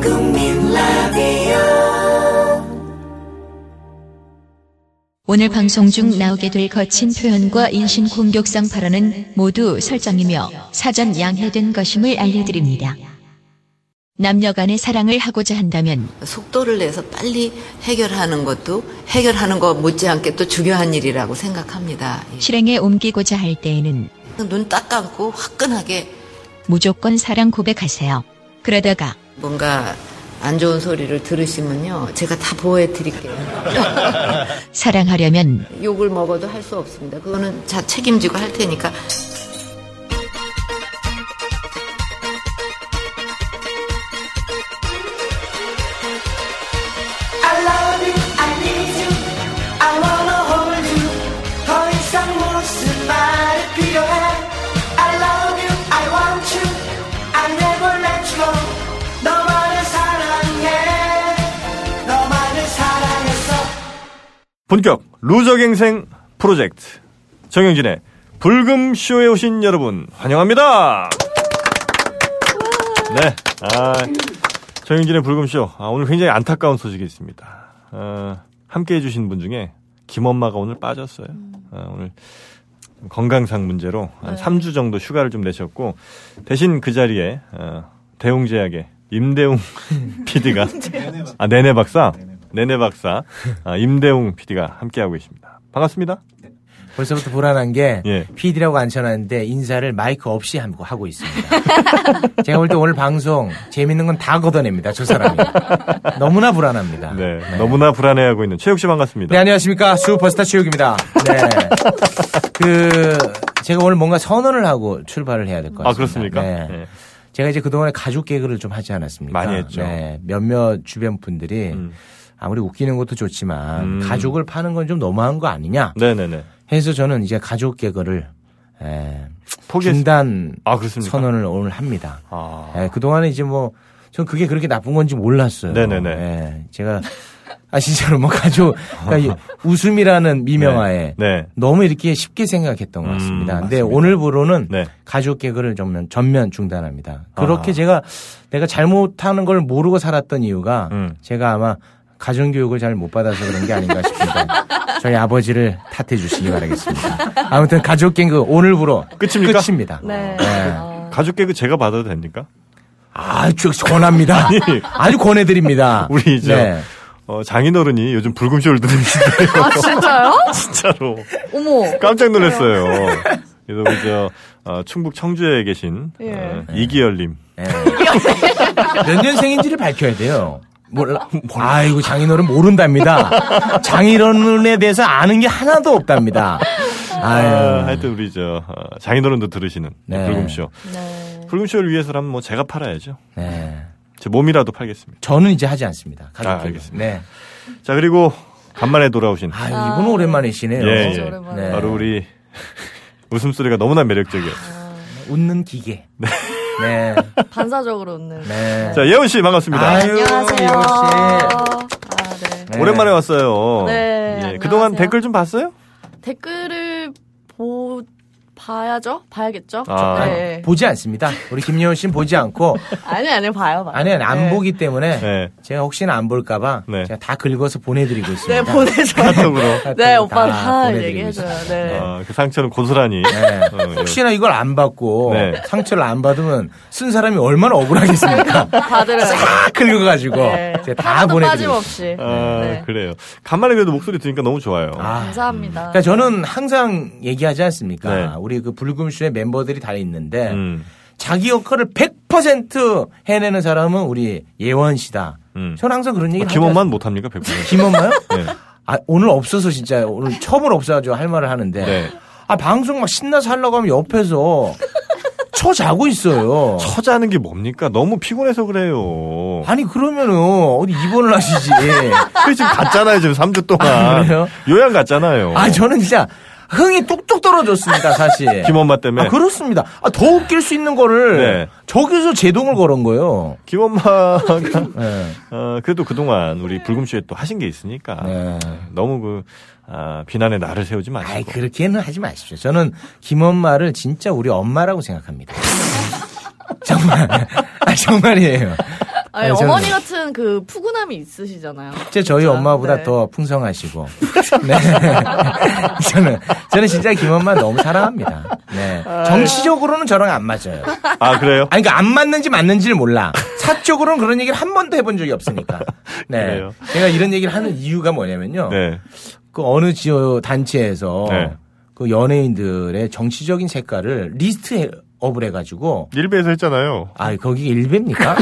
국민 라디오 오늘 방송 중 나오게 될 거친 표현과 인신 공격성 발언은 모두 설정이며 사전 양해된 것임을 알려드립니다. 남녀 간의 사랑을 하고자 한다면 속도를 내서 빨리 해결하는 것도 해결하는 것 못지않게 또 중요한 일이라고 생각합니다. 예. 실행에 옮기고자 할 때에는 눈 딱 감고 화끈하게 무조건 사랑 고백하세요. 그러다가 뭔가 안 좋은 소리를 들으시면요. 제가 다 보호해 드릴게요. 사랑하려면 욕을 먹어도 할 수 없습니다. 그거는 자 책임지고 할 테니까. I love you, I need you I wanna hold you 더 이상 무슨 말이 필요해 I love you, I want you I never let you go 너만을 사랑해 너만을 사랑했어 본격 루저갱생 프로젝트 정영진의 불금쇼에 오신 여러분 환영합니다. 네, 아, 정영진의 불금쇼 아, 오늘 굉장히 안타까운 소식이 있습니다. 어, 함께해 주신 분 중에 김엄마가 오늘 빠졌어요. 어, 오늘 건강상 문제로 한 3주 정도 휴가를 좀 내셨고 대신 그 자리에 어, 대웅제약의 임대웅 PD가 아 내내 박사 내내 박사 아, 임대웅 PD가 함께하고 계십니다. 반갑습니다. 벌써부터 불안한 게 예. PD라고 앉혀놨는데 인사를 마이크 없이 하고, 하고 있습니다. 제가 볼 때 오늘 방송 재밌는 건 다 걷어냅니다. 저 사람이. 너무나 불안합니다. 네, 너무나 불안해하고 있는 최욱 씨 반갑습니다. 아, 네, 안녕하십니까. 슈퍼스타 최욱입니다. 네. 그, 제가 오늘 뭔가 선언을 하고 출발을 해야 될 것 같습니다. 아 그렇습니까? 네. 예. 제가 이제 그동안에 가족 개그를 좀 하지 않았습니까? 많이 했죠. 네. 몇몇 주변 분들이 음. 아무리 웃기는 것도 좋지만 음. 가족을 파는 건 좀 너무한 거 아니냐 네네네. 해서 저는 이제 가족 개그를 에, 포기했. 중단 아 그렇습니까? 선언을 오늘 합니다. 아. 그 동안에 이제 뭐 전 그게 그렇게 나쁜 건지 몰랐어요. 네네네. 예, 제가 아 진짜로 뭐 가족 그러니까 이 웃음이라는 미명하에 네. 너무 이렇게 쉽게 생각했던 것 같습니다. 음, 근데 오늘부로는 네. 가족 개그를 전면 전면 중단합니다. 그렇게 아. 제가 내가 잘못하는 걸 모르고 살았던 이유가 음. 제가 아마 가정 교육을 잘 못 받아서 그런 게 아닌가 싶습니다. 저희 아버지를 탓해 주시기 바라겠습니다. 아무튼 가족 개그 오늘부로 끝입니까? 끝입니다. 네. 네. 가족 개그 제가 받아도 됩니까? 아주 권합니다. 아주 권해드립니다. 네. 우리 이제 어, 장인어른이 요즘 불금쇼를 들으시네요. 아, 진짜요? 진짜로 어머. 깜짝 놀랐어요. 그래서 우리 저 어, 충북 청주에 계신 예. 어, 네. 이기열님. 몇 년생인지를 밝혀야 돼요. 몰라. 아이고 장인어른 모른답니다. 장인어른에 대해서 아는 게 하나도 없답니다. 아, 아유. 예. 하여튼 우리 저 어, 장인어른도 들으시는 네. 불금쇼. 네. 불금쇼를 위해서라면 뭐 제가 팔아야죠. 네. 제 몸이라도 팔겠습니다. 저는 이제 하지 않습니다. 가족 아, 개그. 알겠습니다. 네. 자 그리고 간만에 돌아오신 아유, 이분 오랜만이시네요. 예, 예. 오랜만에. 네. 바로 우리 웃음소리가 너무나 매력적이에요. 웃는 기계. 네. 네. 반사적으로 웃는. 자 예원 씨 반갑습니다. 아유, 안녕하세요. 네. 이거 씨. 아, 네. 네. 오랜만에 왔어요. 예, 네, 안녕하세요. 그동안 댓글 좀 봤어요? 댓글을 보, 봐야죠? 봐야겠죠? 아. 네. 보지 않습니다. 우리 김여원 씨는 보지 않고 아니, 아니, 봐요, 봐요. 아니, 아니, 안 네. 보기 때문에 네. 제가 혹시나 안 볼까봐 네. 제가 다 긁어서 보내드리고 있습니다. 네, 보내줘요. 카톡으로. 네, 다 오빠 다 보내드리고 얘기해줘요. 있습니다. 어. 네. 아, 그 상처는 고스란히. 네. 어, 예. 혹시나 이걸 안 받고 네. 상처를 안 받으면 쓴 사람이 얼마나 억울하겠습니까? 다들은. 싹 긁어가지고 네. 제가 다 하나도 보내드리고 있습니다. 어, 빠짐없이. 아, 네. 그래요. 간만에 그래도 목소리 들으니까 너무 좋아요. 아, 감사합니다. 그러니까 저는 항상 얘기하지 않습니까? 네. 우리 그 불금쇼의 멤버들이 다 있는데 음. 자기 역할을 100% 해내는 사람은 우리 예원 씨다. 음. 저는 항상 그런 얘기 아, 를 김원만 못합니까, 100%? 김엄마요? 네. 아, 오늘 없어서 진짜 오늘 처음으로 없어가지고 할 말을 하는데 네. 아 방송 막 신나서 하려고 하면 옆에서 쳐 자고 있어요. 처자는 게 뭡니까? 너무 피곤해서 그래요. 아니 그러면은 어디 입원을 하시지. 그래, 지금 갔잖아요, 지금 3주 동안. 아, 그래요? 요양 갔잖아요. 아 저는 진짜 흥이 뚝뚝 떨어졌습니다 사실. 김엄마 때문에. 아 그렇습니다. 아, 더 웃길 수 있는 거를 네. 저기서 제동을 걸은 거예요. 김엄마가, 네. 어, 그래도 그동안 우리 불금쇼에 또 하신 게 있으니까. 네. 너무 그, 아, 비난의 나를 세우지 마시고. 아이 그렇게는 하지 마십시오. 저는 김엄마를 진짜 우리 엄마라고 생각합니다. 정말 아, 정말이에요. 아니, 아니, 저는- 어머니 같은 그 푸근함이 있으시잖아요. 진짜 저희 엄마보다 네. 더 풍성하시고. 네. 저는, 저는 진짜 김엄마 너무 사랑합니다. 네. 정치적으로는 저랑 안 맞아요. 아 그래요? 아니, 그러니까 안 맞는지 맞는지를 몰라. 사적으로는 그런 얘기를 한 번도 해본 적이 없으니까. 네. 그래요? 제가 이런 얘기를 하는 이유가 뭐냐면요. 네. 그 어느 지역 단체에서 네. 그 연예인들의 정치적인 색깔을 리스트 업을 해가지고 일베에서 했잖아요. 아, 거기 일배입니까?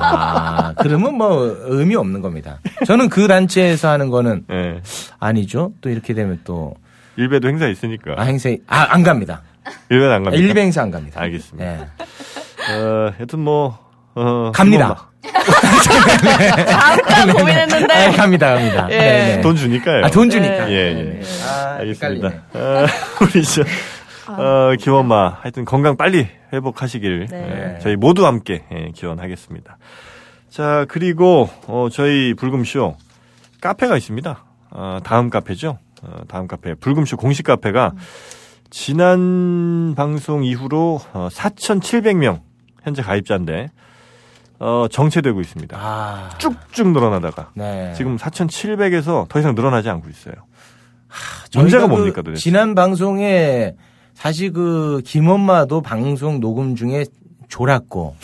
아, 그러면 뭐 의미 없는 겁니다. 저는 그 단체에서 하는 거는 예. 아니죠. 또 이렇게 되면 또 일베도 행사 아, 있으니까. 행사 아, 안 갑니다. 일베는 안 갑니다. 일배 행사 안 갑니다. 알겠습니다. 네. 어, 하여튼 뭐 어, 갑니다. 잠깐 고민했는데. 아, 갑니다, 갑니다. 예. 네, 네. 돈 주니까요. 아, 돈 주니까. 예, 예. 아, 알겠습니다. 헷갈리네. 아. 어, 우리 저, 어, 김엄마, 하여튼 건강 빨리 회복하시길 네. 예, 저희 모두 함께 예, 기원하겠습니다. 자, 그리고 어, 저희 불금쇼 카페가 있습니다. 어, 다음 카페죠. 어, 다음 카페 불금쇼 공식 카페가 음. 지난 방송 이후로 어, 4,700명 현재 가입자인데 어, 정체되고 있습니다. 아, 쭉쭉 늘어나다가 네. 지금 4,700에서 더 이상 늘어나지 않고 있어요. 저희가 문제가 그 뭡니까 도대체? 지난 방송에 사실 그 김엄마도 방송 녹음 중에 졸았고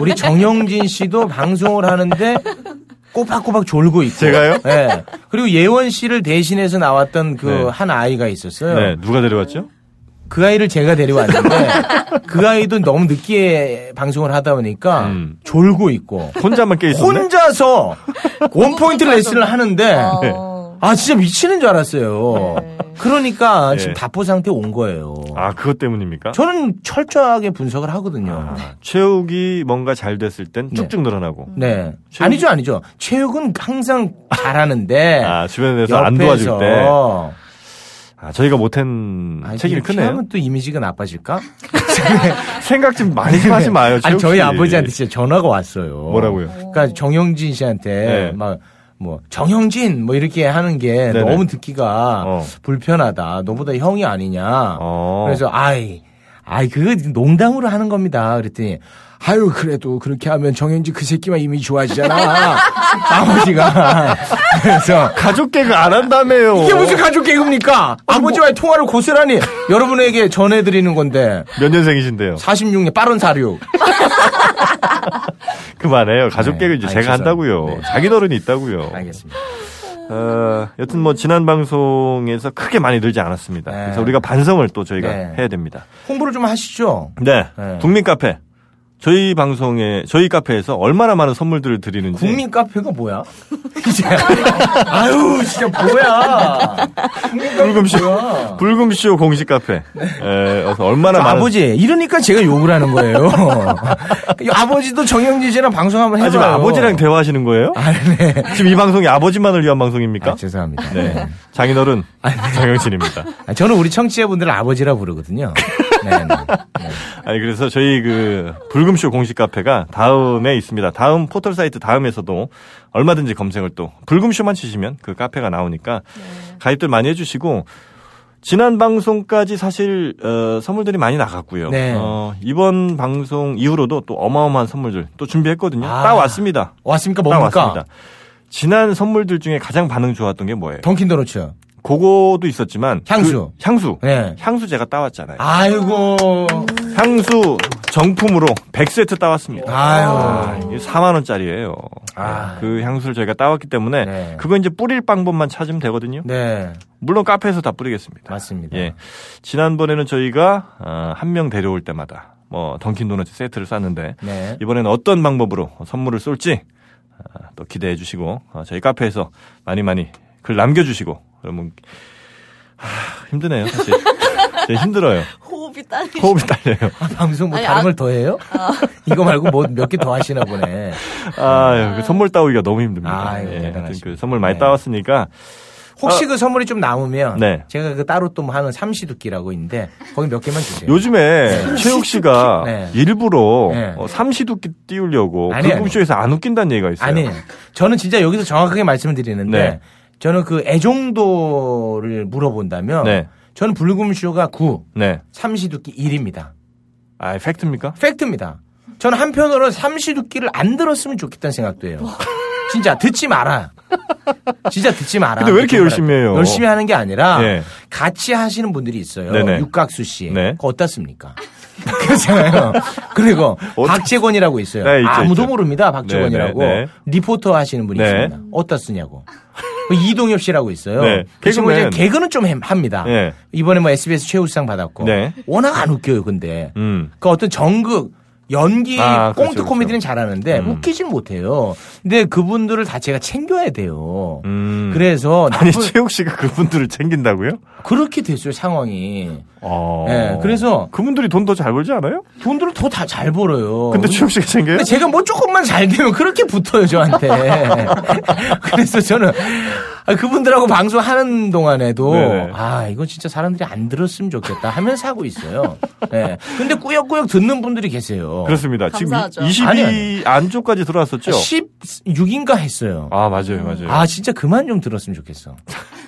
우리 정영진 씨도 방송을 하는데 꼬박꼬박 졸고 있고 제가요? 네. 그리고 예원 씨를 대신해서 나왔던 그 네. 한 아이가 있었어요. 네, 누가 데려왔죠? 그 아이를 제가 데려왔는데 그 아이도 너무 늦게 방송을 하다 보니까 음. 졸고 있고 혼자만 깨 있었네. 혼자서 원포인트 레슨을 하는데 어, 아 진짜 미치는 줄 알았어요. 네. 그러니까 예. 지금 답보 상태 온 거예요. 아 그것 때문입니까? 저는 철저하게 분석을 하거든요. 아, 체육이 뭔가 잘 됐을 땐 네. 쭉쭉 늘어나고 네. 체육- 아니죠, 아니죠. 체육은 항상 잘하는데 아 주변에서 안 도와줄 네. 옆에서 때 아, 저희가 못한 아니, 책임이 이렇게 크네요. 하면 또 이미지가 나빠질까? 생각 좀 많이 좀 하지 마요. 네. 아니, 체육 저희 씨. 아버지한테 진짜 전화가 왔어요. 뭐라고요? 그러니까 정영진 씨한테 네. 막 뭐 정영진 뭐 이렇게 하는 게 네네. 너무 듣기가 어. 불편하다. 너보다 형이 아니냐. 어. 그래서 아이, 아이 그거 농담으로 하는 겁니다. 그랬더니 아유 그래도 그렇게 하면 정영진 그 새끼만 이미 좋아지잖아. 아버지가 그래서 가족 개그 안 한다며요. 이게 무슨 가족 개그입니까? 뭐 아버지와의 통화를 고스란히 여러분에게 전해드리는 건데 몇 년생이신데요? 46년 빠른 사료. 그만해요. 가족 네. 개그 이제 아니, 제가 죄송합니다. 한다고요. 네. 자기 어른이 있다고요. 알겠습니다. 어, 여튼 뭐 지난 방송에서 크게 많이 늘지 않았습니다. 네. 그래서 우리가 반성을 또 저희가 네. 해야 됩니다. 홍보를 좀 하시죠. 네. 네. 국민 카페. 저희 방송에 저희 카페에서 얼마나 많은 선물들을 드리는지 국민 카페가 뭐야? 이제 아유 진짜 뭐야? 국민 불금쇼 불금쇼 공식 카페. 에, 어서 얼마나 많은 네. 아버지 이러니까 제가 욕을 하는 거예요. 아버지도 정영진 씨랑 방송 한번 아, 해봐요. 네. 지금 아버지랑 대화하시는 거예요? 지금 이 방송이 아버지만을 위한 방송입니까? 아, 죄송합니다. 네. 장인어른 네. 정영진입니다. 아, 저는 우리 청취자분들을 아버지라 부르거든요. 네, 네. 아니 그래서 저희 그 불금쇼 공식 카페가 다음에 있습니다. 다음 포털 사이트 다음에서도 얼마든지 검색을 또 불금쇼만 치시면 그 카페가 나오니까 가입들 많이 해주시고 지난 방송까지 사실 어, 선물들이 많이 나갔고요. 네. 어, 이번 방송 이후로도 또 어마어마한 선물들 또 준비했거든요. 아. 따왔습니다. 왔습니까? 따왔습니다. 뭡니까? 지난 선물들 중에 가장 반응 좋았던 게 뭐예요? 던킨도너츠. 그거도 있었지만 향수. 그 향수. 네. 향수 제가 따왔잖아요. 아이고. 향수 정품으로 100세트 따왔습니다. 아유. 아, 이게 4만 원짜리예요. 아. 네, 그 향수를 저희가 따왔기 때문에 네. 그거 이제 뿌릴 방법만 찾으면 되거든요. 네. 물론 카페에서 다 뿌리겠습니다. 맞습니다. 예. 지난번에는 저희가 어, 한 명 데려올 때마다 뭐 던킨 도넛 세트를 쌌는데 네. 이번에는 어떤 방법으로 선물을 쏠지 아, 또 기대해 주시고 어, 저희 카페에서 많이 많이 글 남겨 주시고 그러면 하, 힘드네요, 사실. 네, 힘들어요. 호흡이 딸리. 호흡이 딸려요. 방송 뭐 아니, 다른 아- 걸 더 해요? 이거 말고 뭐 몇 개 더 하시나 보네. 아, 그 선물 따오기가 너무 힘듭니다. 아유, 예, 하여튼 대단하십니다. 그 선물 많이 네. 따왔으니까 혹시 그 선물이 좀 남으면 어. 네. 제가 그 따로 또 하는 삼시두끼라고 있는데 거기 몇 개만 주세요. 요즘에 최욱 씨가 네. 일부러 네. 어, 삼시두끼 띄우려고 아니에요. 불금쇼에서 안 웃긴다는 얘기가 있어요. 아니, 저는 진짜 여기서 정확하게 말씀을 드리는데 네. 저는 그 애정도를 물어본다면 네. 저는 불금쇼가 9, 네. 삼시두끼 1입니다. 아, 팩트입니까? 팩트입니다. 저는 한편으로는 삼시두끼를 안 들었으면 좋겠다는 생각도 해요. 진짜 듣지 마라. 진짜 듣지 마라. 근데 왜 이렇게 열심히 해요? 열심히 하는 게 아니라 예. 같이 하시는 분들이 있어요. 네네. 육각수 씨. 네. 그거 어떻습니까? 그렇잖아요. 그리고 어떻- 박재권이라고 있어요. 네, 있죠, 아무도 있죠. 모릅니다. 박재권이라고. 네, 네. 리포터 하시는 분이 네. 있습니다. 어떻쓰냐고. 그 이동엽 씨라고 있어요. 네, 그 친구 이제 개그맨. 개그는 좀 햄- 합니다. 네. 이번에 뭐 SBS 최우수상 받았고 네. 워낙 안 웃겨요. 근데 음. 그 어떤 정극 연기 아, 꽁트 그렇죠, 그렇죠. 코미디는 잘하는데 음. 웃기진 못해요. 근데 그분들을 다 제가 챙겨야 돼요. 음. 그래서 아니 나쁜- 최욱 씨가 그분들을 챙긴다고요? 그렇게 됐어요 상황이. 어. 네, 그래서- 그분들이 돈 더 잘 벌지 않아요? 돈들을 더 다 잘 벌어요. 음. 근데 최욱 씨가 챙겨요? 근데 제가 뭐 조금만 잘 되면 그렇게 붙어요 저한테. 그래서 저는 아, 그분들하고 방송하는 동안에도 네네. 아 이거 진짜 사람들이 안 들었으면 좋겠다 하면서 하고 있어요. 네. 근데 꾸역꾸역 듣는 분들이 계세요. 그렇습니다. 감사하죠. 지금 22 아니, 아니. 안쪽까지 들어왔었죠? 16인가 했어요. 아 맞아요, 맞아요. 아 진짜 그만 좀 들었으면 좋겠어.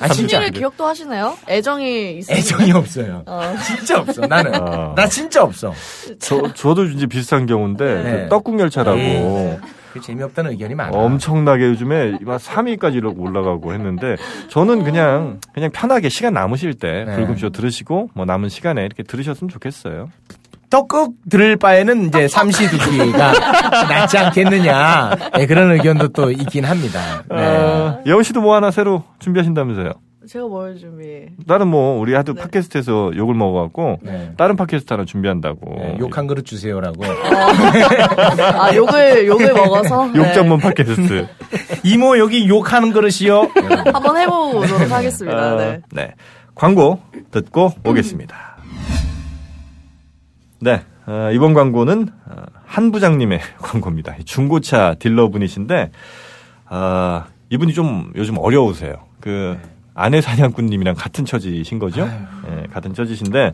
아 진짜 순위를 기억도 하시나요? 애정이 있어요. 애정이 없어요. 어. 진짜 없어. 나는 아. 나 진짜 없어. 저, 저도 이제 비슷한 경우인데 네. 그 떡국열차라고 네. 그 재미없다는 의견이 많아. 엄청나게 요즘에 막 3위까지 이러고 올라가고 했는데 저는 그냥 그냥 편하게 시간 남으실 때 네. 불금쇼 들으시고 뭐 남은 시간에 이렇게 들으셨으면 좋겠어요. 떡국 들을 바에는 이제 삼시두끼가 낫지 않겠느냐. 네, 그런 의견도 또 있긴 합니다. 네. 어, 예원 씨도 뭐 하나 새로 준비하신다면서요? 제가 뭘 준비해? 나는 뭐 우리 하도 팟캐스트에서 욕을 먹어갖고 네. 다른 팟캐스트 하나 준비한다고 네, 욕한 그릇 주세요라고. 어. 아 욕을 욕을 먹어서 네. 네. 욕전문 팟캐스트. 이모 여기 욕하는 그릇이요. 네. 한번 해보고 오도록 하겠습니다. 어, 네. 네. 광고 듣고 오겠습니다. 네. 어, 이번 광고는 어, 한 부장님의 광고입니다. 이 중고차 딜러분이신데 아, 이분이 좀 요즘 어려우세요. 그 아내 사냥꾼님이랑 같은 처지신 거죠? 예, 같은 처지신데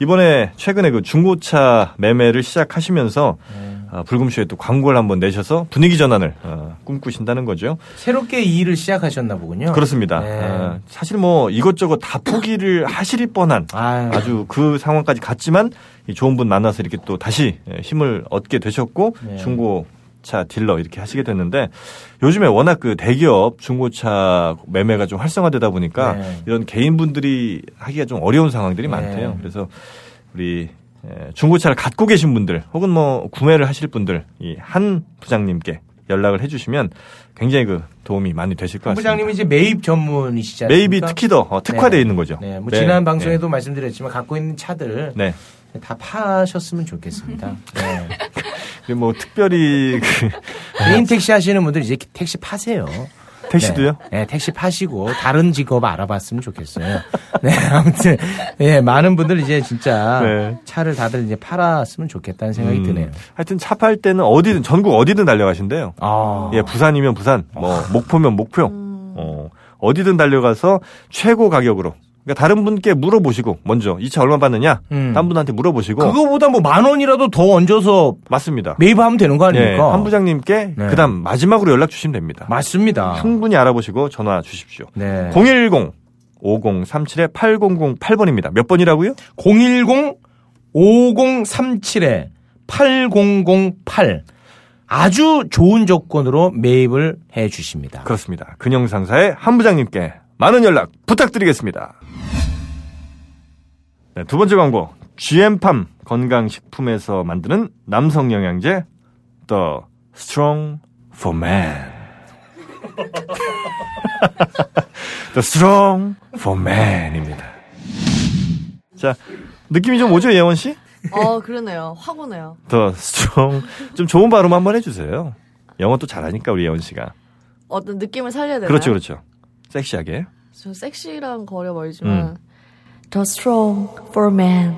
이번에 최근에 그 중고차 매매를 시작하시면서 네. 아, 불금쇼에 또 광고를 한번 내셔서 분위기 전환을 어, 꿈꾸신다는 거죠. 새롭게 이 일을 시작하셨나 보군요. 그렇습니다. 네. 어, 사실 뭐 이것저것 다 포기를 하실 뻔한 아유. 아주 그 상황까지 갔지만 이 좋은 분 만나서 이렇게 또 다시 예, 힘을 얻게 되셨고 네. 중고차 딜러 이렇게 하시게 됐는데 요즘에 워낙 그 대기업 중고차 매매가 좀 활성화되다 보니까 네. 이런 개인분들이 하기가 좀 어려운 상황들이 네. 많대요. 그래서 우리 예, 중고차를 갖고 계신 분들 혹은 뭐 구매를 하실 분들 이 한 부장님께 연락을 해주시면 굉장히 그 도움이 많이 되실 것 같습니다. 부장님이 이제 매입 전문이시잖아요. 매입이 특히 더 어, 특화되어 있는 거죠. 그러니까 네, 뭐 네, 지난 네. 방송에도 말씀드렸지만 갖고 있는 차들 네. 다 파셨으면 좋겠습니다. 네. 그리고 뭐 특별히 그 개인 택시 하시는 분들 이제 택시 파세요. 택시도요? 네, 네, 택시 파시고 다른 직업 알아봤으면 좋겠어요. 네, 아무튼 예, 많은 분들 이제 진짜 네. 차를 다들 이제 팔았으면 좋겠다는 생각이 음, 드네요. 하여튼 차 팔 때는 어디든 전국 어디든 달려가신대요. 아, 예, 부산이면 부산, 뭐 목포면 목표, 어, 어디든 달려가서 최고 가격으로. 그러니까 다른 분께 물어보시고 먼저 이 차 얼마 받느냐, 음. 다른 분한테 물어보시고 그거보다 뭐 만 원이라도 더 얹어서 맞습니다. 매입하면 되는 거 예, 아닙니까? 한 부장님께 네. 그다음 마지막으로 연락 주시면 됩니다. 맞습니다. 충분히 알아보시고 전화 주십시오. 네. 010 5037에 8008번입니다. 몇 번이라고요? 010 5037에 8008 아주 좋은 조건으로 매입을 해 주십니다. 그렇습니다. 근영 상사의 한 부장님께 많은 연락 부탁드리겠습니다. 네, 두 번째 광고. GM팜 건강식품에서 만드는 남성 영양제 The Strong for Man. The Strong for Man입니다. 자, 느낌이 좀 오죠, 예원 씨? 어 그러네요. 확 오네요. The Strong. 좀 좋은 발음 한번 해주세요. 영어 또 잘하니까, 우리 예원 씨가. 어떤 느낌을 살려야 되나요? 그렇죠, 그렇죠. 섹시하게. 저 섹시랑 거려 음. 멀지만 The strong for man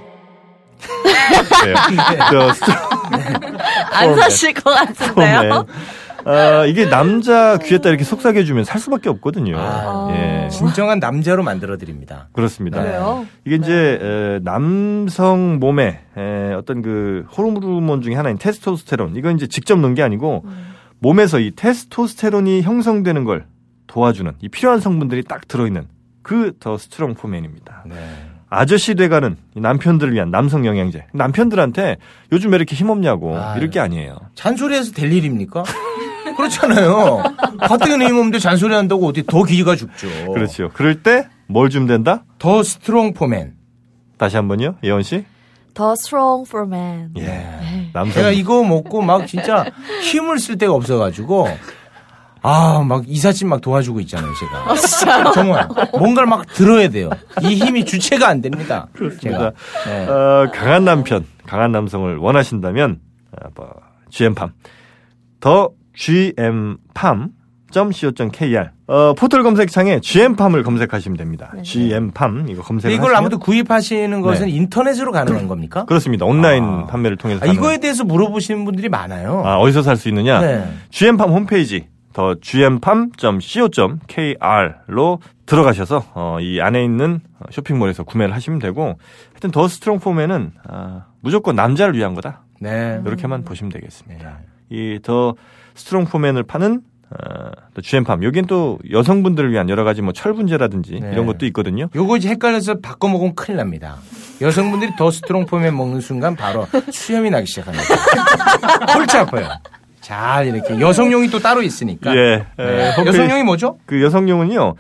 네. The Strong 안 사실 것 같은데요? Man. 아, 이게 남자 귀에다 이렇게 속삭여주면 살 수밖에 없거든요. 아. 예. 진정한 남자로 만들어 드립니다. 그렇습니다. 그래요? 이게 이제 에, 남성 몸에 에, 어떤 그 호르몬 중에 하나인 테스토스테론. 이건 이제 직접 넣은 게 아니고 몸에서 이 테스토스테론이 형성되는 걸 도와주는 이 필요한 성분들이 딱 들어있는 그 더 스트롱 포맨입니다. 네. 아저씨 돼가는 이 남편들을 위한 남성 영양제. 남편들한테 요즘 왜 이렇게 힘없냐고 아유. 이럴 게 아니에요. 잔소리해서 될 일입니까? 그렇잖아요. 가뜩이나 힘없는데 잔소리 한다고 어디 더 기가 죽죠. 그렇죠. 그럴 때 뭘 좀 된다? 더 스트롱 포맨. 다시 한 번요, 예원 씨. 더 strong for man. 예. 남성. 제가 이거 먹고 막 진짜 힘을 쓸 데가 없어가지고 아 막 이사진 막 도와주고 있잖아요 제가 정말 뭔가를 막 들어야 돼요 이 힘이 주체가 안 됩니다 그렇습니다. 제가 네. 어, 강한 남편, 강한 남성을 원하신다면 어, 뭐, GM팜 더 GM팜.co.kr 어, 포털 검색창에 GM팜을 검색하시면 됩니다. GM팜 이거 검색을 네. 근데 이걸 하시면- 아무도 구입하시는 것은 네. 인터넷으로 가능한 겁니까? 그렇습니다. 온라인 아. 판매를 통해서 아, 가능- 이거에 대해서 물어보시는 분들이 많아요. 아, 어디서 살 수 있느냐? 네. GM팜 홈페이지 더 gmpam.co.kr로 들어가셔서 어, 이 안에 있는 어, 쇼핑몰에서 구매를 하시면 되고 하여튼 더 스트롱 폼에는 아, 무조건 남자를 위한 거다. 네. 이렇게만 보시면 되겠습니다. 이 더 스트롱 포맨을 파는 어, 또 GM팜 여긴 또 여성분들을 위한 여러 가지 뭐 철분제라든지 네. 이런 것도 있거든요. 요거 이제 헷갈려서 바꿔 먹으면 큰일 납니다. 여성분들이 더 스트롱 포맨 먹는 순간 바로 수염이 나기 시작합니다. 골치 아파요. 잘 이렇게 여성용이 또 따로 있으니까. 예. 에, 네. 홈페이지- 여성용이 뭐죠? 그 여성용은요.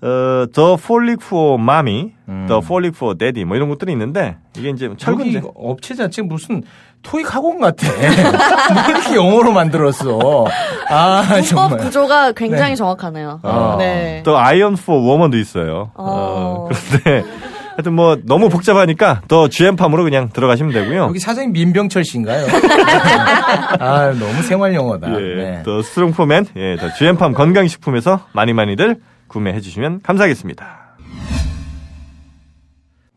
어, 더 폴릭 포 마미, 더 폴릭 포 데디 뭐 이런 것들이 있는데 이게 이제 철분제. 음. 여기 업체 자체 무슨 토익 학원 같아. 뭘 이렇게 영어로 만들었어. 아 문법 정말. 구조가 굉장히 정확하네요. 아. 네. 또 아이언 포 워먼도 있어요. 어, 어. 그런데 하여튼 뭐 너무 복잡하니까 더 GM팜으로 그냥 들어가시면 되고요. 여기 사장님 민병철 씨인가요? 아 너무 생활 영어다. 예, 네. 더 스트롱포맨, 예, 더 GM팜 건강식품에서 많이 많이들 구매해 주시면 감사하겠습니다.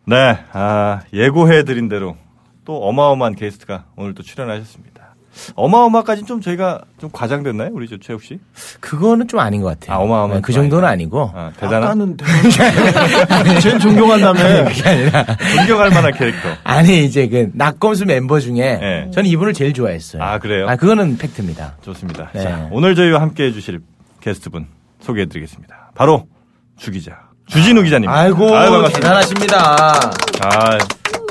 네, 아, 예고해 드린 대로 또 어마어마한 게스트가 오늘 또 출연하셨습니다. 어마어마까지 좀 저희가 좀 과장됐나요, 우리 저 최욱 씨? 그거는 좀 아닌 것 같아요. 아, 어마어마한 네, 그 좀 정도는 아니다. 아니고. 아, 대단한 나는 쟤는 존경한다며. 그게 아니라. 존경할 만한 캐릭터. 아니 이제 그 낙검수 멤버 중에 예. 저는 이분을 제일 네. 좋아했어요. 아, 그래요? 아 그거는 팩트입니다. 좋습니다. 네. 자, 오늘 저희와 함께 해주실 게스트분 소개해드리겠습니다. 바로 주 기자, 주진우 기자님. 아이고 아유, 반갑습니다. 대단하십니다. 아,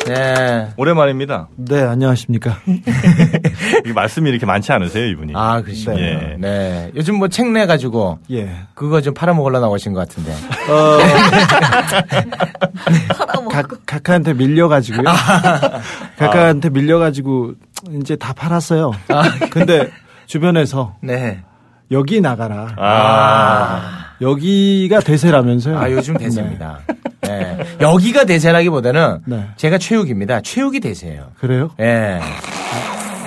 네. 오랜만입니다. 네, 안녕하십니까. 이게 말씀이 이렇게 많지 않으세요, 이분이? 아 그러시군요. 예. 네. 요즘 뭐 책 내 가지고 예. 그거 좀 팔아먹으려 나오신 것 같은데. 각, 각하한테 밀려가지고요. 각하한테 밀려가지고 이제 다 팔았어요. 근데 주변에서 네. 여기 나가라. 아, 여기가 대세라면서요. 아 요즘 대세입니다. 네. 여기가 대세라기보다는 네. 제가 최욱입니다. 최욱이 대세예요. 네. 그래요? 예.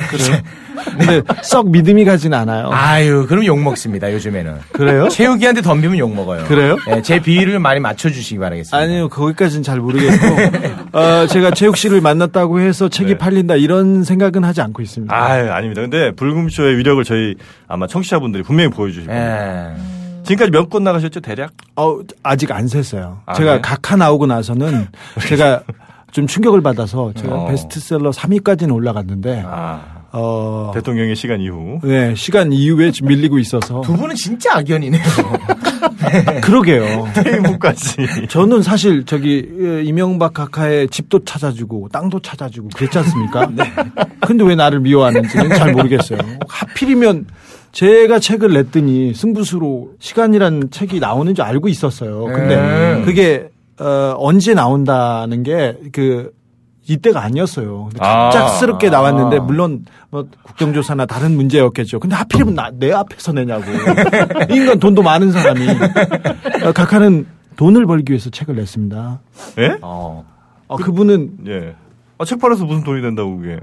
그래요? 근데 썩 믿음이 가진 않아요. 아유, 그럼 욕 먹습니다, 요즘에는. 그래요? 최욱이한테 덤비면 욕 먹어요. 그래요? 예, 제 비위를 많이 맞춰주시기 바라겠습니다. 아니요, 거기까지는 잘 모르겠고, 어, 제가 최욱 씨를 만났다고 해서 책이 네. 팔린다 이런 생각은 하지 않고 있습니다. 아유, 아닙니다. 근데 불금쇼의 위력을 저희 아마 청취자분들이 분명히 보여주실 겁니다. 예. 지금까지 몇 곳 나가셨죠, 대략? 어, 아직 안 샜어요. 아, 제가 네? 각하 나오고 나서는 제가 좀 충격을 받아서 제가 어. 베스트셀러 3위까지는 올라갔는데, 아, 어, 대통령의 시간 이후. 네, 시간 이후에 지금 밀리고 있어서. 아, 두 분은 진짜 악연이네요. 그러게요. 퇴임후까지. 저는 사실 저기 어, 이명박 각하의 집도 찾아주고 땅도 찾아주고 그랬지 않습니까? 네. 근데 왜 나를 미워하는지는 잘 모르겠어요. 하필이면 제가 책을 냈더니 승부수로 시간이라는 책이 나오는 줄 알고 있었어요. 근데 네. 음. 그게 어, 언제 나온다는 게 그 이때가 아니었어요. 근데 아. 갑작스럽게 나왔는데 물론 뭐 국정조사나 다른 문제였겠죠. 근데 하필이면 나, 내 앞에서 내냐고. 이 인간 돈도 많은 사람이 어, 각하는 돈을 벌기 위해서 책을 냈습니다. 예? 어. 어, 그분은 예. 아, 책 팔아서 무슨 돈이 된다고 그게.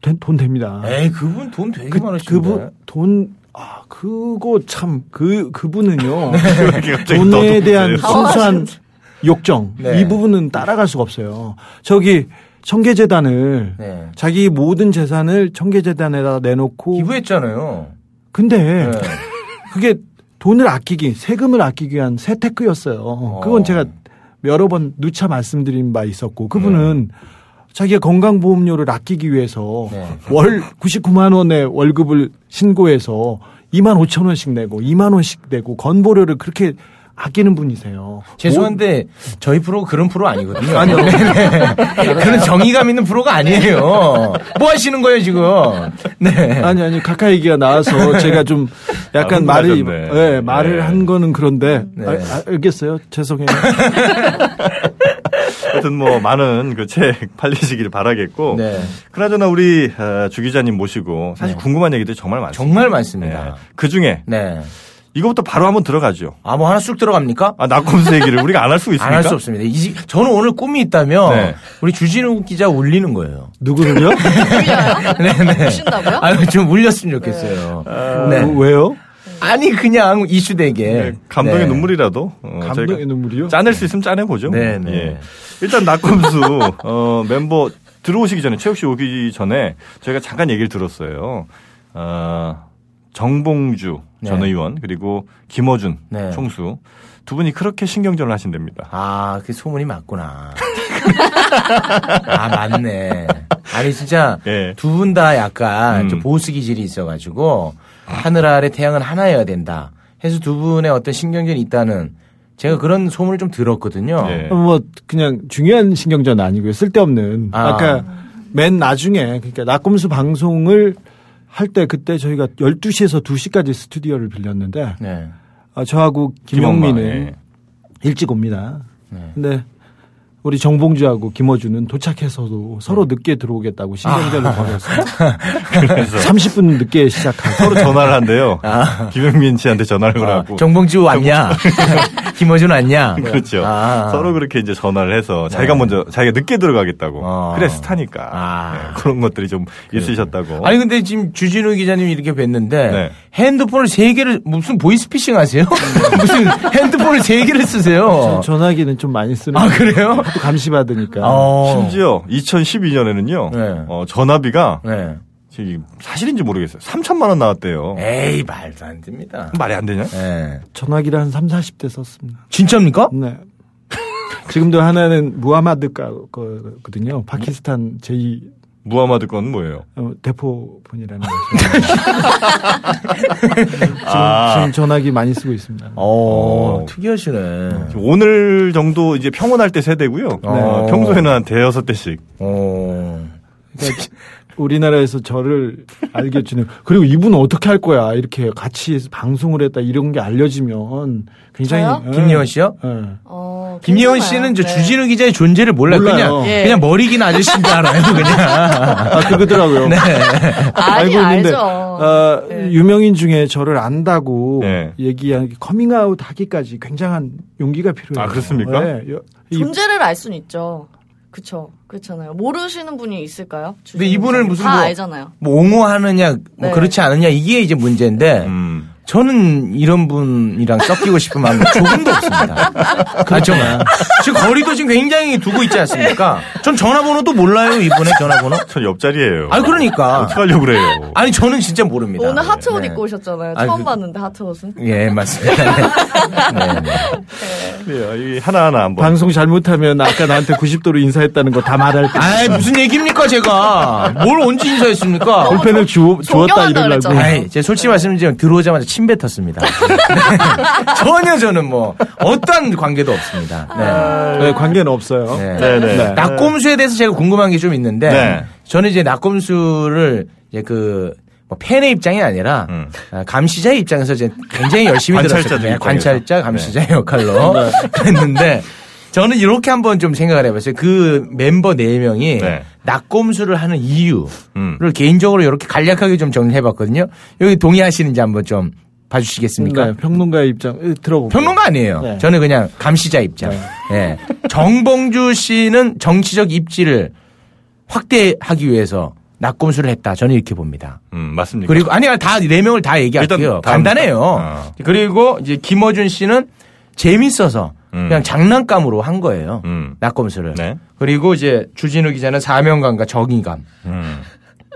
돈, 돈 됩니다. 에이, 그분 돈 되게 그, 많으신데. 그분 돈 아, 그거 참, 그, 네, 그분은요. 이렇게 갑자기 돈에 너도- 대한 네. 순수한 욕정. 네. 이 부분은 따라갈 수가 없어요. 저기, 청계재단을, 네. 자기 모든 재산을 청계재단에다 내놓고. 기부했잖아요. 근데 예. 그게 돈을 아끼기, 세금을 아끼기 위한 세테크였어요. 그건 어. 제가 여러 번 누차 말씀드린 바 있었고 그분은 자기의 건강보험료를 아끼기 위해서 네. 월 99만 원의 월급을 신고해서 2만 5천 원씩 내고 2만 원씩 내고 건보료를 그렇게 아끼는 분이세요. 죄송한데 저희 프로 그런 프로 아니거든요. 아니요. 네네. 그런 정의감 있는 프로가 아니에요. 뭐 하시는 거예요 지금? 네. 뭐, 아니 아니 카카 얘기가 나와서 제가 좀 약간 아, 말을 흥분하셨네. 예, 말을 네. 한 거는 그런데 네. 알- 알- 알겠어요 죄송해요 하여튼 뭐 많은 그 책 팔리시길 바라겠고. 네. 그나저나 우리 어, 주 기자님 모시고 사실 네. 궁금한 얘기들이 정말 많습니다. 정말 많습니다. 그 중에 네. 이거부터 바로 한번 들어가죠. 아 뭐 하나 쑥 들어갑니까? 아, 낙검수 얘기를 우리가 안 할 수 있습니까? 안 할 수 없습니다. 이 시- 저는 오늘 꿈이 있다면 네. 우리 주진우 기자 울리는 거예요. 누구를요? 아, 네네. 주신다고요? 아유 좀 울렸으면 좋겠어요. 네. 어, 왜요? 아니 그냥 이슈되게 네, 감동의 네. 눈물이라도 어, 감동의 저희가 눈물이요? 짜낼 수 있으면 짜내보죠. 네, 네. 예. 일단 낙검수 어, 멤버 들어오시기 전에 최욱 씨 오기 전에 저희가 잠깐 얘기를 들었어요. 어, 정봉주 전 네. 의원 그리고 김어준 네. 총수 두 분이 그렇게 신경전을 하신답니다. 아, 그 소문이 맞구나. 아, 맞네. 아니, 진짜 예. 두 분 다 약간 음. 좀 보수 기질이 있어가지고 하늘 아래 태양은 하나여야 된다. 해서 두 분의 어떤 신경전이 있다는 제가 그런 소문을 좀 들었거든요. 예. 뭐 그냥 중요한 신경전 아니고요 쓸데없는 아. 아. 까맨 나중에 그러니까 낙검수 방송을 할 때 그때 저희가 12시에서 2시까지 스튜디오를 빌렸는데 네. 아, 저하고 김엄마, 김영민은 예. 일찍 옵니다. 네. 근데 우리 정봉주하고 김어준은 도착해서도 음. 서로 늦게 들어오겠다고 신경전을 아. 벌였어요. 그래서 30분 늦게 시작하고 서로 전화를 한대요. 김영민 씨한테 전화를 아, 하고. 정봉주 왔냐? 김어준 왔냐? 그렇죠. 아. 서로 그렇게 이제 전화를 해서 자기가 먼저 자기가 늦게 들어가겠다고. 아. 그래 스타니까 아. 네, 그런 것들이 좀 있으셨다고. 아니 근데 지금 주진우 기자님 이렇게 뵀는데 어. 네. 핸드폰을 세 개를 무슨 보이스피싱 하세요? 무슨 핸드폰을 세 개를 쓰세요? 전화기는 좀 많이 쓰는 어. 아 그래요? 또 감시받으니까 어. 심지어 2012년에는요 어, 네. 전화비가 네. 지금 사실인지 모르겠어요. 3천만 원 나왔대요. 에이 말도 안 됩니다. 말이 안 되냐? 예. 전화기를 한 3, 40대 썼습니다. 진짜입니까? 네. 지금도 하나는 무하마드 거거든요. 네. 파키스탄 제2 무하마드 건 뭐예요? 어, 대포폰이라는 거죠. 지금, 아. 지금 전화기 많이 쓰고 있습니다. 어 어. 특이하시네. 오늘 정도 이제 평온할 때 세대고요. 어, 평소에는 한 대여섯 대씩. 어. 우리나라에서 저를 알게 주는 그리고 이분은 어떻게 할 거야 이렇게 같이 방송을 했다 이런 게 알려지면 굉장히 저요? 예. 김예원 씨요? 예. 어, 김예원 괜찮아요. 씨는 저 네. 주진우 기자의 존재를 몰라요. 몰라요. 그냥 예. 그냥 머리 긴 아저씨인 줄 알아요. 그냥. 아 그거더라고요. 네. 아니, 알죠. 아, 네. 유명인 중에 저를 안다고 네. 얘기하기 커밍아웃 하기까지 굉장한 용기가 필요해요. 아, 그렇습니까? 예. 여- 이- 존재를 알 수는 있죠. 그쵸. 그렇잖아요. 모르시는 분이 있을까요? 근데 이분을 무슨 다 뭐- 알잖아요. 뭐 옹호하느냐, 뭐 네. 그렇지 않느냐 이게 이제 문제인데 음. 저는 이런 분이랑 섞이고 싶은 마음이 조금도 없습니다. 아, 정말. 지금 거리도 지금 굉장히 두고 있지 않습니까? 전 전화번호도 몰라요, 이분의 전화번호. 전 옆자리예요. 네. 아, 그러니까. 어떻게 하려고 그래요? 아니 저는 진짜 모릅니다. 오늘 하트 옷 네. 입고 오셨잖아요. 아니, 처음 그- 봤는데 하트 옷은. 예 맞습니다. 네. 네, 네. 아, 그래요. 이 하나하나 한번. 방송 잘못하면 아까 나한테 90도로 인사했다는 거 다 말할 때 아이 무슨 얘기입니까 제가 뭘 언제 인사했습니까? 볼펜을 주, 주었다 존경한다 이러려고. 네. 그랬잖아. 네. 아이 제 솔직히 말씀드리면 들어오자마자 침 뱉었습니다. 네. 전혀 저는 뭐 어떠한 관계도 없습니다. 네. 네, 관계는 없어요. 네. 네네. 네. 낙곰수에 대해서 제가 궁금한 게 좀 있는데 네. 저는 이제 낙곰수를 이제 그뭐 팬의 입장이 아니라 음. 아, 감시자의 입장에서 이제 굉장히 열심히 관찰자들 들었어요. 네, 입장에서. 네. 관찰자, 감시자의 역할로 그랬는데 저는 이렇게 한번 좀 생각을 해봤어요. 그 멤버 네 명이 네. 낙곰수를 하는 이유를 음. 개인적으로 이렇게 간략하게 좀 정리해봤거든요. 여기 동의하시는지 한번 좀 봐주시겠습니까? 네, 평론가의 입장 예, 들어보고. 평론가 아니에요. 네. 저는 그냥 감시자 입장. 예. 정봉주 씨는 정치적 입지를 확대하기 위해서 낙검수를 했다. 저는 이렇게 봅니다. 음, 맞습니까? 그리고 아니 다네 명을 다 얘기할게요. 일단 다음- 간단해요. 어. 그리고 이제 김어준 씨는 재밌어서 음. 그냥 장난감으로 한 거예요. 음. 낙검수를. 네. 그리고 이제 주진우 기자는 사명감과 정의감. 음.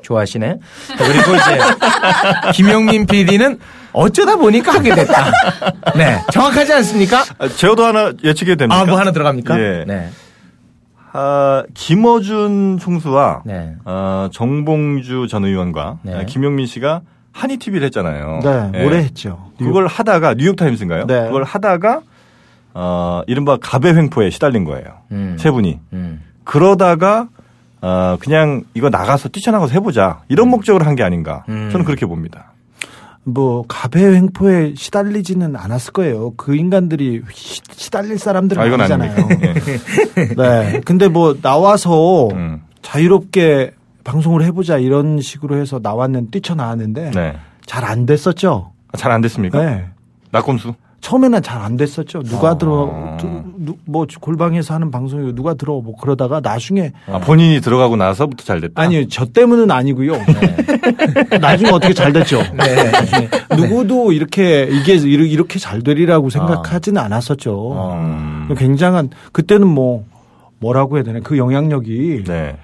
좋아하시네. 그리고 이제 김영민 PD는 어쩌다 보니까 하게 됐다. 네, 정확하지 않습니까? 아, 제어도 하나 예측해도 됩니까? 아, 뭐 하나 들어갑니까? 예. 네. 아, 김어준 총수와 네. 어, 정봉주 전 의원과 네. 아, 김용민 씨가 한이 TV를 했잖아요. 네, 예. 오래 했죠. 그걸 하다가 뉴욕타임스인가요? 네. 그걸 하다가 어, 이른바 갑의 횡포에 시달린 거예요. 음. 세 분이. 음. 그러다가 어, 그냥 이거 나가서 뛰쳐나가서 해보자 음. 이런 목적으로 한 게 아닌가 음. 저는 그렇게 봅니다. 뭐 갑의 횡포에 시달리지는 않았을 거예요. 그 인간들이 시, 시달릴 사람들은 아, 이건 아, 니잖아요 아닙니다. 네. 근데 뭐 나와서 음. 자유롭게 방송을 해보자 이런 식으로 해서 나왔는 뛰쳐나왔는데 네. 그러니까 잘 안 됐었죠. 잘 안 됐습니까? 네. 낙곰수. 처음에는 잘 안 됐었죠. 누가 어. 들어 두- 누- 뭐 골방에서 하는 방송이고 누가 들어 뭐 그러다가 나중에 아, 본인이 들어가고 나서부터 잘 됐다. 아니 저 때문은 아니고요. 네. 나중에 어떻게 잘 됐죠. 네. 누구도 이렇게 이게 이르- 이렇게 잘 되리라고 생각하지는 아. 않았었죠. 음. 어. 굉장한 그때는 뭐 뭐라고 해야 되나 그 영향력이 네.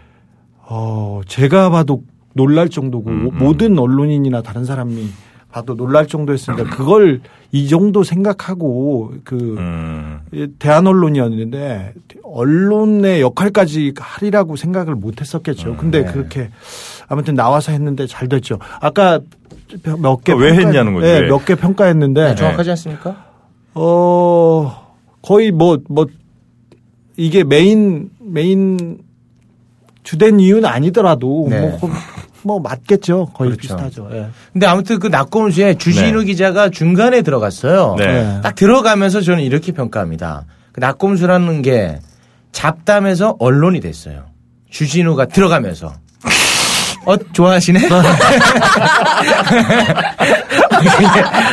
어 제가 봐도 놀랄 정도고 음, 음. 모든 언론인이나 다른 사람이 봐도 놀랄 정도였으니까 그걸 이 정도 생각하고 그 음. 이 대한 언론이었는데 언론의 역할까지 하리라고 생각을 못 음, 했었겠죠. 근데 네. 그렇게 아무튼 나와서 했는데 잘 됐죠. 아까 몇 아, 개 네, 왜 했냐는 거지, 왜. 몇개 평가했는데 네, 정확하지 않습니까? 어 거의 뭐 뭐 이게 메인 메인 주된 이유는 아니더라도 네. 뭐, 거- 뭐 맞겠죠. 거의 그렇죠. 비슷하죠. 예. 근데 아무튼 그 낙곰수에 주진우 네. 기자가 중간에 들어갔어요. 네. 예. 딱 들어가면서 저는 이렇게 평가합니다. 그 낙곰수라는 게 잡담에서 언론이 됐어요. 주진우가 들어가면서. 어, 좋아하시네?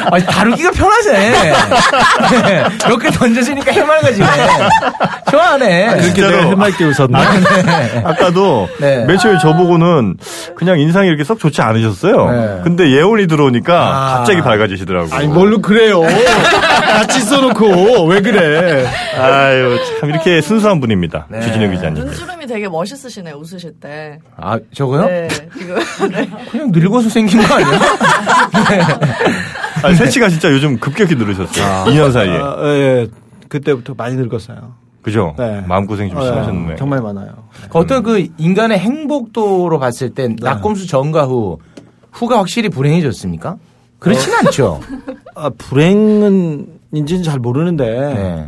아, 다루기가 편하네. 몇 개 던져지니까 해맑아지네. 좋아하네. 그렇게 진짜로. 내가 해맑게 웃었나? 아까도 네. 맨 처음에 저보고는 그냥 인상이 이렇게 썩 좋지 않으셨어요. 네. 근데 예원이 들어오니까 아. 갑자기 밝아지시더라고요. 아니 뭘로 그래요? 같이 써놓고 왜 그래? 아유, 참 이렇게 순수한 분입니다. 네. 주진우 기자님. 눈주름이 되게 멋있으시네 요 웃으실 때. 아, 저거요? 네 지금 네. 그냥 늙어서 생긴 거 아니에요? 아니, 세치가 진짜 요즘 급격히 늘으셨어요. 2년 사이에. 아, 예. 그때부터 많이 늙었어요. 그죠? 네. 마음고생 좀 어, 심하셨네. 정말 많아요. 어떤 그 인간의 행복도로 봤을 땐 네. 낙곰수 전과 후 후가 확실히 불행해졌습니까? 그렇진 어. 않죠. 아, 불행은 인지는 잘 모르는데 네.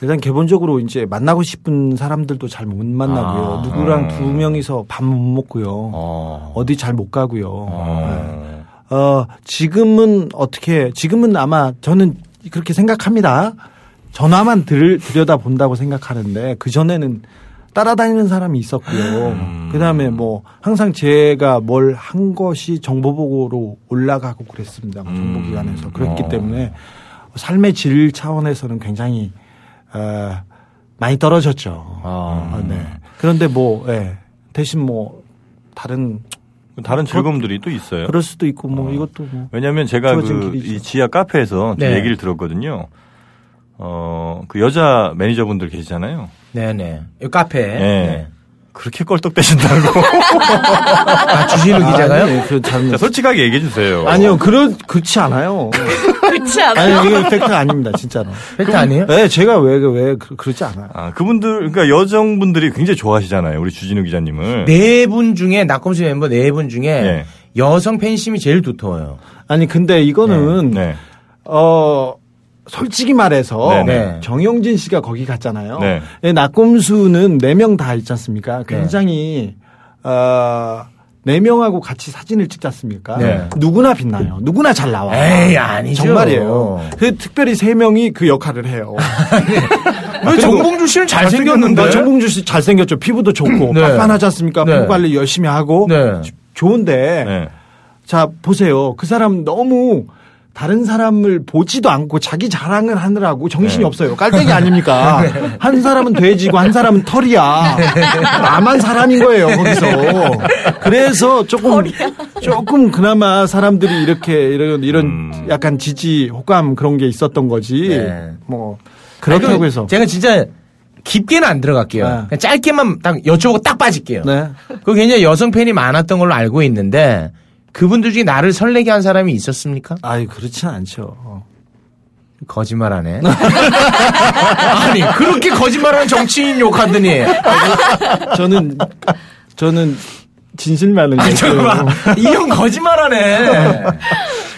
일단 기본적으로 이제 만나고 싶은 사람들도 잘 못 만나고요. 음. 아. 누구랑 두 명이서 밥 못 먹고요. 어. 어. 디 잘 못 가고요. 네. 어. 어, 지금은 어떻게 지금은 아마 저는 그렇게 생각합니다. 전화만 들, 들여다 본다고 생각하는데 그 전에는 따라다니는 사람이 있었고요. 그 다음에 뭐 항상 제가 뭘 한 것이 정보 보고로 올라가고 그랬습니다. 뭐 정보 기관에서 그랬기 어. 때문에 삶의 질 차원에서는 굉장히 어, 많이 떨어졌죠. 음. 아. 어, 네. 그런데 뭐 예, 대신 뭐 다른 다른 즐거움들이 또 있어요. 그럴 수도 있고 뭐 이것도 뭐 왜냐면 하 제가 주어진 그 길이죠. 이 지하 카페에서 좀 네. 얘기를 들었거든요. 어, 그 여자 매니저분들 계시잖아요. 네네. 이 카페. 예. 네. 그렇게 껄떡대신다고. 아, 주진우 기자가요? 아니요, 그 자, 잘- 솔직하게 얘기해 주세요. 아니요, 그런 그렇지 않아요. 그렇지 않아요? 아니 이게 팩트 아닙니다, 진짜로. 팩트 아니에요? 네, 제가 왜 왜 그러지 않아요. 아, 그분들, 그러니까 여성분들이 굉장히 좋아하시잖아요. 우리 주진우 기자님을. 네 분 중에 낙곰수 멤버 네 분 중에 네. 여성 팬심이 제일 두터워요. 아니 근데 이거는 네. 어 솔직히 말해서 네, 네. 정영진 씨가 거기 갔잖아요. 네. 네, 낙곰수는 네 명 다 있지 네. 않습니까? 굉장히 어. 네 명하고 같이 사진을 찍지 않습니까? 네. 누구나 빛나요. 누구나 잘 나와. 에이, 아니죠. 정말이에요. 그 특별히 세 명이 그 역할을 해요. 왜 아, 정봉주 씨는 잘생겼는데? 아, 정봉주 씨 잘생겼죠. 피부도 좋고 네. 빤빤하지 않습니까? 네. 피부 관리 열심히 하고 네. 조- 좋은데 네. 자 보세요. 그 사람 너무 다른 사람을 보지도 않고 자기 자랑을 하느라고 정신이 네. 없어요. 깔때기 아닙니까? 네. 한 사람은 돼지고 한 사람은 털이야. 나만 사람인 거예요 거기서. 그래서 조금 조금 그나마 사람들이 이렇게 이런 이런 음. 약간 지지 호감 그런 게 있었던 거지. 네. 뭐 그렇다고 아니, 해서. 제가 진짜 깊게는 안 들어갈게요. 네. 그냥 짧게만 딱 여쭤보고 딱 빠질게요. 네. 그 굉장히 여성 팬이 많았던 걸로 알고 있는데 그분들 중에 나를 설레게 한 사람이 있었습니까? 아유 그렇진 않죠. 거짓말하네. 아니 그렇게 거짓말하는 정치인 욕하더니 저는 저는 진실 많은 게 잠깐만 이형 거짓말하네.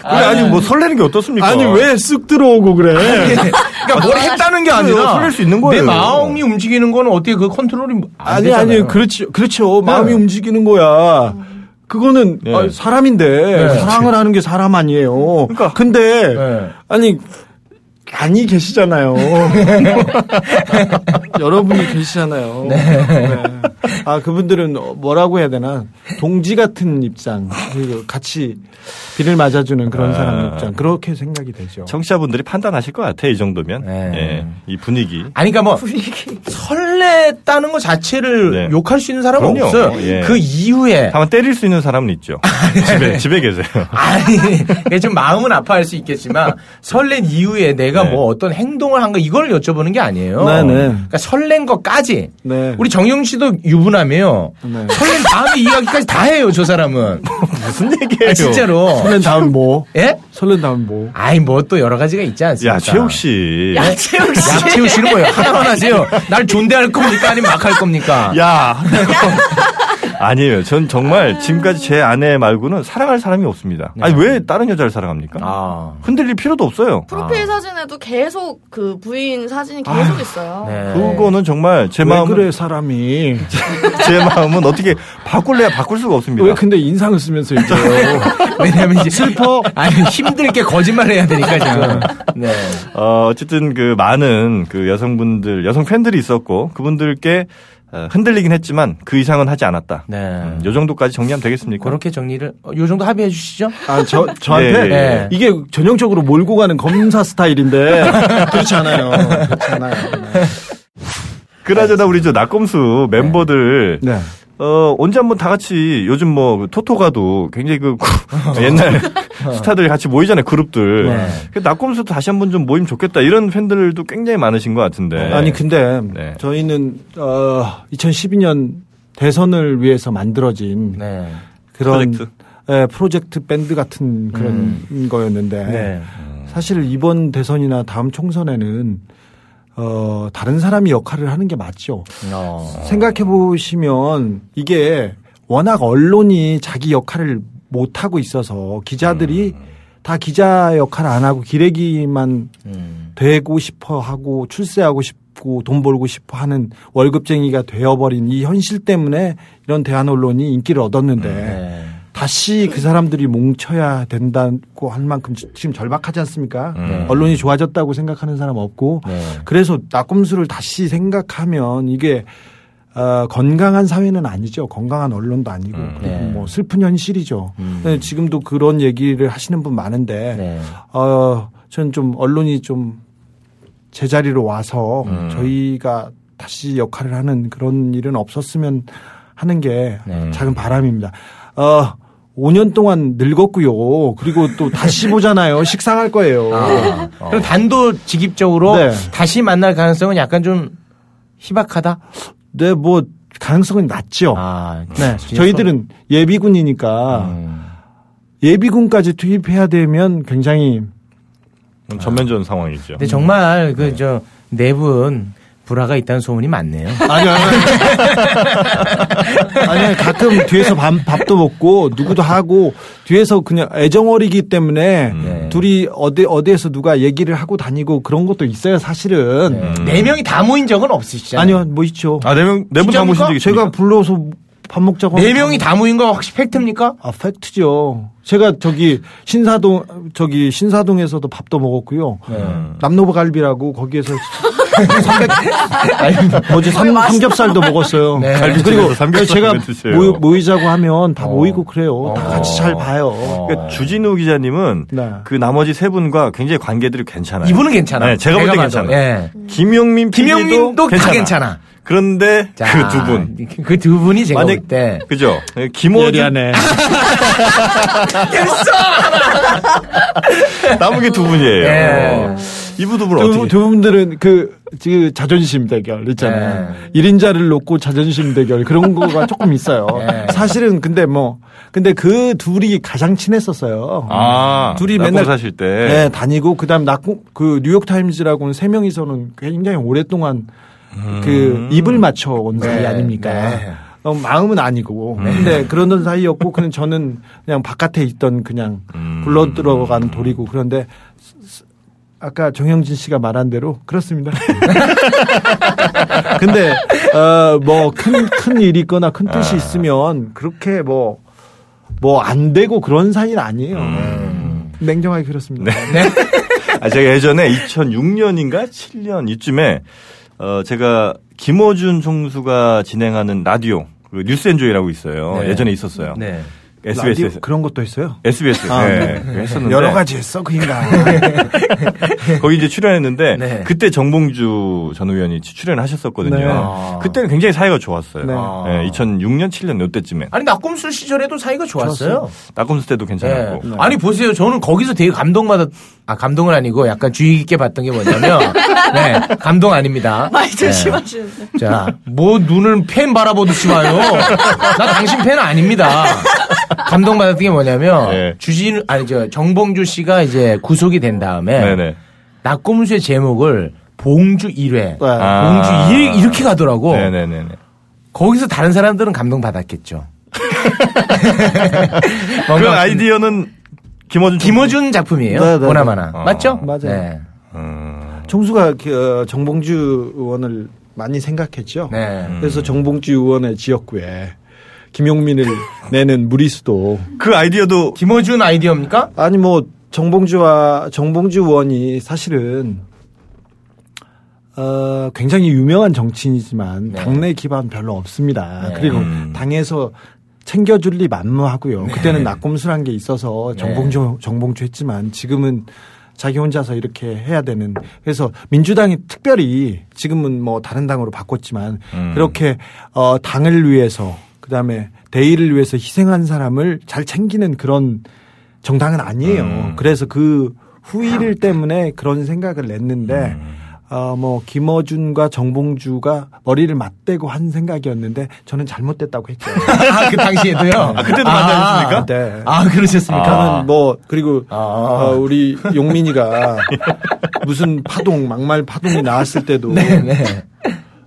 근데 아니, 뭐 설레는 게 어떻습니까? 그러니까. 아니 왜 쑥 들어오고 그래? 그러니까 뭘 했다는 게 아니라 그래요. 설렐 수 있는 거예요. 내 마음이 움직이는 건 어떻게 그 컨트롤이 안 아니 되잖아요. 아니 그렇죠 그렇죠 마음이 움직이는 거야. 그거는 네. 아, 사람인데 사랑을 하는 게 사람 아니에요. 그러니까. 근데 네. 아니 많이 계시잖아요. 여러분이 계시잖아요. 네. 아 그분들은 뭐라고 해야 되나 동지 같은 입장 그리고 같이 비를 맞아주는 그런 사람 입장 그렇게 생각이 되죠. 청취자분들이 판단하실 것 같아 이 정도면 네. 예, 이 분위기 아니, 그러니까 뭐 설렜다는 것 자체를 네. 욕할 수 있는 사람은 그럼요. 없어요. 예. 그 이후에 다만 때릴 수 있는 사람은 있죠 집에 집에 계세요 아니, 그게 좀 마음은 아파할 수 있겠지만 설렌 이후에 내가 네. 뭐 어떤 행동을 한 거 이걸 여쭤보는 게 아니에요. 네, 네. 그러니까 설렌 것까지. 네. 우리 정영 씨도 유부남이에요. 네. 설렌 다음에 이야기까지 다 해요, 저 사람은. 무슨 얘기예요 아, 진짜로. 설렌 다음 뭐? 예? 설렌 다음 뭐? 아이, 뭐 또 여러 가지가 있지 않습니까? 야 최욱 씨 약채욱 씨. 약채욱 씨는 뭐예요? 하나만 하세요. 날 존대할 겁니까? 아니면 막 할 겁니까? 야. 아니에요. 전 정말 지금까지 제 아내 말고는 사랑할 사람이 없습니다. 아니 왜 다른 여자를 사랑합니까? 아. 흔들릴 필요도 없어요. 프로필 사진에도 계속 그 부인 사진이 계속 있어요. 네. 아. 그거는 정말 제 왜 마음 그래 사람이 제 마음은 어떻게 바꿀래야 바꿀 수가 없습니다. 왜 그- 근데 인상을 쓰면서 이제 왜냐면 이제 슬퍼. 아니, 힘들게 거짓말 해야 되니까 지금. 네. 어, 어쨌든 그 많은 그 여성분들, 여성 팬들이 있었고 그분들께 어, 흔들리긴 했지만 그 이상은 하지 않았다. 네. 음, 요 정도까지 정리하면 되겠습니까? 그렇게 정리를 어, 요 정도 합의해 주시죠. 아저 저한테 예, 예. 이게 전형적으로 몰고 가는 검사 스타일인데 그렇지 않아요. 그렇지 않아요. 네. 그나저나 우리 저 낙검수 멤버들 네. 어, 언제 한번 다 같이 요즘 뭐그 토토가도 굉장히 그 구- 옛날 스타들 같이 모이잖아요. 그룹들. 네. 그 낙검수도 다시 한번 좀 모임 좋겠다. 이런 팬들도 굉장히 많으신 것 같은데. 아니 그- 근데 네. 저희는 어 2012년 대선을 위해서 만들어진 네. 그런 프로젝트? 예, 프로젝트 밴드 같은 그런 거였는데 네. 사실 이번 대선이나 다음 총선에는 어 다른 사람이 역할을 하는 게 맞죠. 어. 생각해 보시면 이게 워낙 언론이 자기 역할을 못 하고 있어서 기자들이 다 기자 역할 안 하고 기레기만 음. 되고 싶어 하고 출세하고 싶고 돈 벌고 싶어 하는 월급쟁이가 되어버린 이 현실 때문에 이런 대한 언론이 인기를 얻었는데 네. 다시 그 사람들이 뭉쳐야 된다고 할 만큼 지- 지금 절박하지 않습니까? 음. 언론이 좋아졌다고 생각하는 사람 없고 네. 그래서 낙곰수를 다시 생각하면 이게 어, 건강한 사회는 아니죠. 건강한 언론도 아니고 음. 그리고 네. 뭐 슬픈 현실이죠. 음. 네, 지금도 그런 얘기를 하시는 분 많은데 네. 어, 저는 좀 언론이 좀 제자리로 와서 음. 저희가 다시 역할을 하는 그런 일은 없었으면 하는 게 네. 작은 바람입니다. 어, 5년 동안 늙었고요. 그리고 또 다시 보잖아요. 식상할 거예요. 아. 그럼 단도직입적으로 네. 다시 만날 가능성은 약간 좀 희박하다. 네, 뭐 가능성은 낮죠. 아, 네, 진짜 저희들은 예비군이니까 음. 예비군까지 투입해야 되면 굉장히 음, 전면전 상황이죠. 네. 근데 정말 그 저 네 분 불화가 있다는 소문이 많네요. 아니요. 아니 가끔 뒤에서 밥, 밥도 먹고 누구도 하고 뒤에서 그냥 애정 어리기 때문에 네. 둘이 어디 어디에서 누가 얘기를 하고 다니고 그런 것도 있어요 사실은. 네. 음. 네 명이 다 모인 적은 없으시잖아요. 뭐 아니요 뭐 있죠. 아, 네 명, 네 분 다 진짜입니까? 모신 적이 있어요. 제가 불러서 밥 먹자고 네 하면 명이 다 모인 거 확실히 팩트입니까? 아, 팩트죠. 제가 저기 신사동 저기 신사동에서도 밥도 먹었고요. 네. 남노부갈비라고 거기에서 삼백- 어제 삼, 삼겹살도 먹었어요. 네. 갈비집에서 그리고 삼겹살 제가 좀 드세요. 어. 모이, 모이자고 하면 다 어. 모이고 그래요. 다 어. 같이 잘 봐요. 그러니까 주진우 기자님은 어. 네. 그 나머지 세 분과 굉장히 관계들이 괜찮아요. 이분은 괜찮아. 네, 제가 볼 때 봐도. 괜찮아요. 예. 김용민 PD도 김용민도 다 괜찮아. 괜찮아. 그런데 그 두 분. 그 두 분이 제가 만약- 볼 때. 그죠? 김호준 남은 게 두 분이에요. 예. 이분 두 분은 두, 어떻게? 두 분들은 그 지금 자존심 대결 있잖아요. 네. 일 1인자를 놓고 자존심 대결 그런 거가 조금 있어요. 네. 사실은 근데 뭐 근데 그 둘이 가장 친했었어요. 아, 음, 둘이 낙공 맨날- 사실 때. 네, 다니고 그다음 낙공 그 뉴욕 타임즈라고는 세 명이서는 굉장히 오랫동안 그 입을 맞춰 온 사이 네, 아닙니까? 네. 어, 마음은 아니고 근데 그런 사이였고 그는 저는 그냥 바깥에 있던 그냥 굴러 들어간 돌이고 그런데 아까 정영진 씨가 말한 대로 그렇습니다. 근데 어뭐큰큰 일이 있거나 큰 뜻이 있으면 그렇게 뭐 뭐 안 되고 그런 사이는 아니에요. 냉정하게 그렇습니다. 아, 제가 예전에 2006년인가 7년 이쯤에 어, 제가 김어준 총수가 진행하는 라디오 그 뉴스엔조이라고 있어요. 네. 예전에 있었어요. 네. 라디오 SBS에서. 그런 것도 했어요. SBS 아, 네. 했었는데 여러 가지 했어 그 인간. 거기 이제 출연했는데 네. 그때 정봉주 전 의원이 출연하셨었거든요. 네. 아. 그때는 굉장히 사이가 좋았어요. 네. 네, 2006년 7년 요때쯤에 아니 나꼼수 시절에도 사이가 좋았어요. 나꼼수 때도 네. 괜찮았고 아니 보세요. 저는 거기서 되게 감동받았. 아 감동은 아니고 약간 주의 깊게 봤던 게 뭐냐면, 네 감동 아닙니다. 많이 네. 조심하시는데. 자, 뭐 눈을 팬 바라보듯이 봐요. 나 당신 팬 아닙니다. 감동받았던 게 뭐냐면 네. 주진 아니 저 정봉주 씨가 이제 구속이 된 다음에 네네. 낙꼼수의 제목을 봉주 1회, 봉주 아. 아. 1회 이렇게 가더라고. 네네네. 거기서 다른 사람들은 감동받았겠죠. 뭔가 그런 좀 아이디어는 김어준 총수. 김어준 작품이에요. 네, 네, 보나마나 네. 맞죠? 맞아요. 네. 음. 총수가 그, 어, 정봉주 의원을 많이 생각했죠. 네. 그래서 정봉주 의원의 지역구에 김용민을 내는 무리수도 그 아이디어도 김어준 아이디어입니까? 아니 뭐 정봉주와 정봉주 의원이 사실은 어, 굉장히 유명한 정치인이지만 네. 당내 기반 별로 없습니다. 네. 그리고 음. 당에서 챙겨줄 리 만무하고요. 그때는 낙곰수란 게 있어서 네. 정봉주 정봉주 했지만 지금은 자기 혼자서 이렇게 해야 되는 그래서 민주당이 특별히 지금은 뭐 다른 당으로 바꿨지만 음. 그렇게 어 당을 위해서 그다음에 대의를 위해서 희생한 사람을 잘 챙기는 그런 정당은 아니에요. 음. 그래서 그 후일 때문에 그런 생각을 냈는데 음. 어 뭐 김어준과 정봉주가 머리를 맞대고 한 생각이었는데 저는 잘못됐다고 했죠. 아, 그 당시에도요. 아, 그때도 만나셨습니까? 네. 아, 그러셨습니까? 아. 저는 뭐 그리고 아. 어, 우리 용민이가 무슨 파동 막말 파동이 나왔을 때도 네.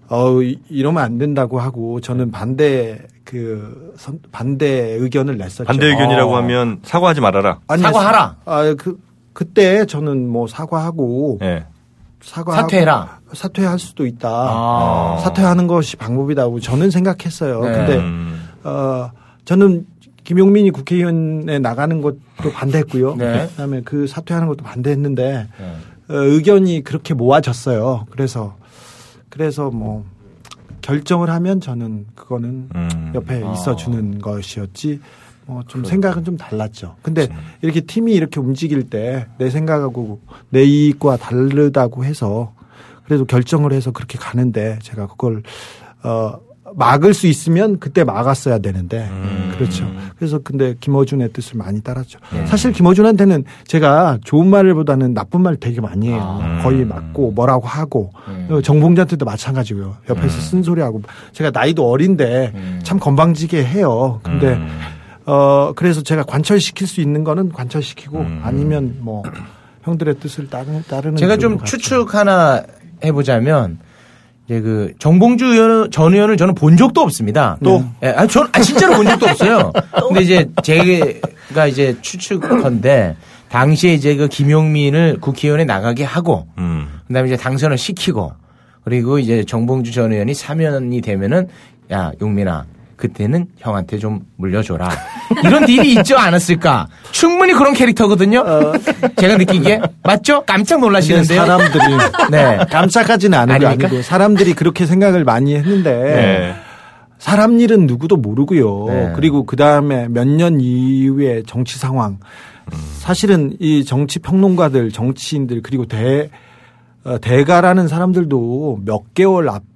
어 이- 이러면 안 된다고 하고 저는 반대 그 선- 반대 의견을 냈었죠. 음. 반대 의견이라고 어. 하면 사과하지 말아라. 아니, 사과하라. 아, 그 그때 저는 뭐 사과하고 예. 사과 네. 사퇴해라. 사퇴할 수도 있다. 아. 사퇴하는 것이 방법이다고 저는 생각했어요. 네. 근데 음. 어 저는 김용민이 국회의원에 나가는 것도 반대했고요. 네. 그다음에 그 사퇴하는 것도 반대했는데 네. 어, 의견이 그렇게 모아졌어요. 그래서 그래서 뭐 결정을 하면 저는 그거는 음. 옆에 있어주는 것이었지. 어, 좀 생각은 좀 달랐죠. 근데 이렇게 팀이 이렇게 움직일 때 내 생각하고 내 이익과 다르다고 해서 그래도 결정을 해서 그렇게 가는데 제가 그걸 어 막을 수 있으면 그때 막았어야 되는데 그렇죠. 그래서 근데 김어준의 뜻을 많이 따랐죠. 예. 사실 김어준한테는 제가 좋은 말보다는 나쁜 말 되게 많이 해요. 아. 거의 음. 맞고 뭐라고 하고 예. 어, 정봉자한테도 마찬가지고요. 옆에서 음. 쓴소리하고 제가 나이도 어린데 참 건방지게 해요. 근데 음. 어 그래서 제가 관철시킬 수 있는 거는 관철시키고 아니면 뭐 형들의 뜻을 따르- 따르는 음. 제가 좀 쪽으로 가죠. 추측 하나 해보자면 이제 그 정봉주 의원, 전 의원을 저는 본 적도 없습니다. 또? 아, 전, 아, 진짜로 본 적도 없어요. 근데 이제 제가 이제 추측컨대 당시에 이제 그 김용민을 국회의원에 나가게 하고 음. 그다음에 이제 당선을 시키고 그리고 이제 정봉주 전 의원이 사면이 되면은 야 용민아 그때는 형한테 좀 물려줘라 이런 딜이 있지 않았을까 충분히 그런 캐릭터거든요. 제가 느끼기에 맞죠? 깜짝 그냥 놀라시는데요. 어. 사람들이 네. 감싸까지는 않은 게 아닙니까? 아니고 사람들이 그렇게 생각을 많이 했는데 네. 사람 일은 누구도 모르고요. 네. 그리고 그 다음에 몇 년 이후의 정치 상황 사실은 이 정치 평론가들, 정치인들 그리고 대 어, 대가라는 사람들도 몇 개월 앞두고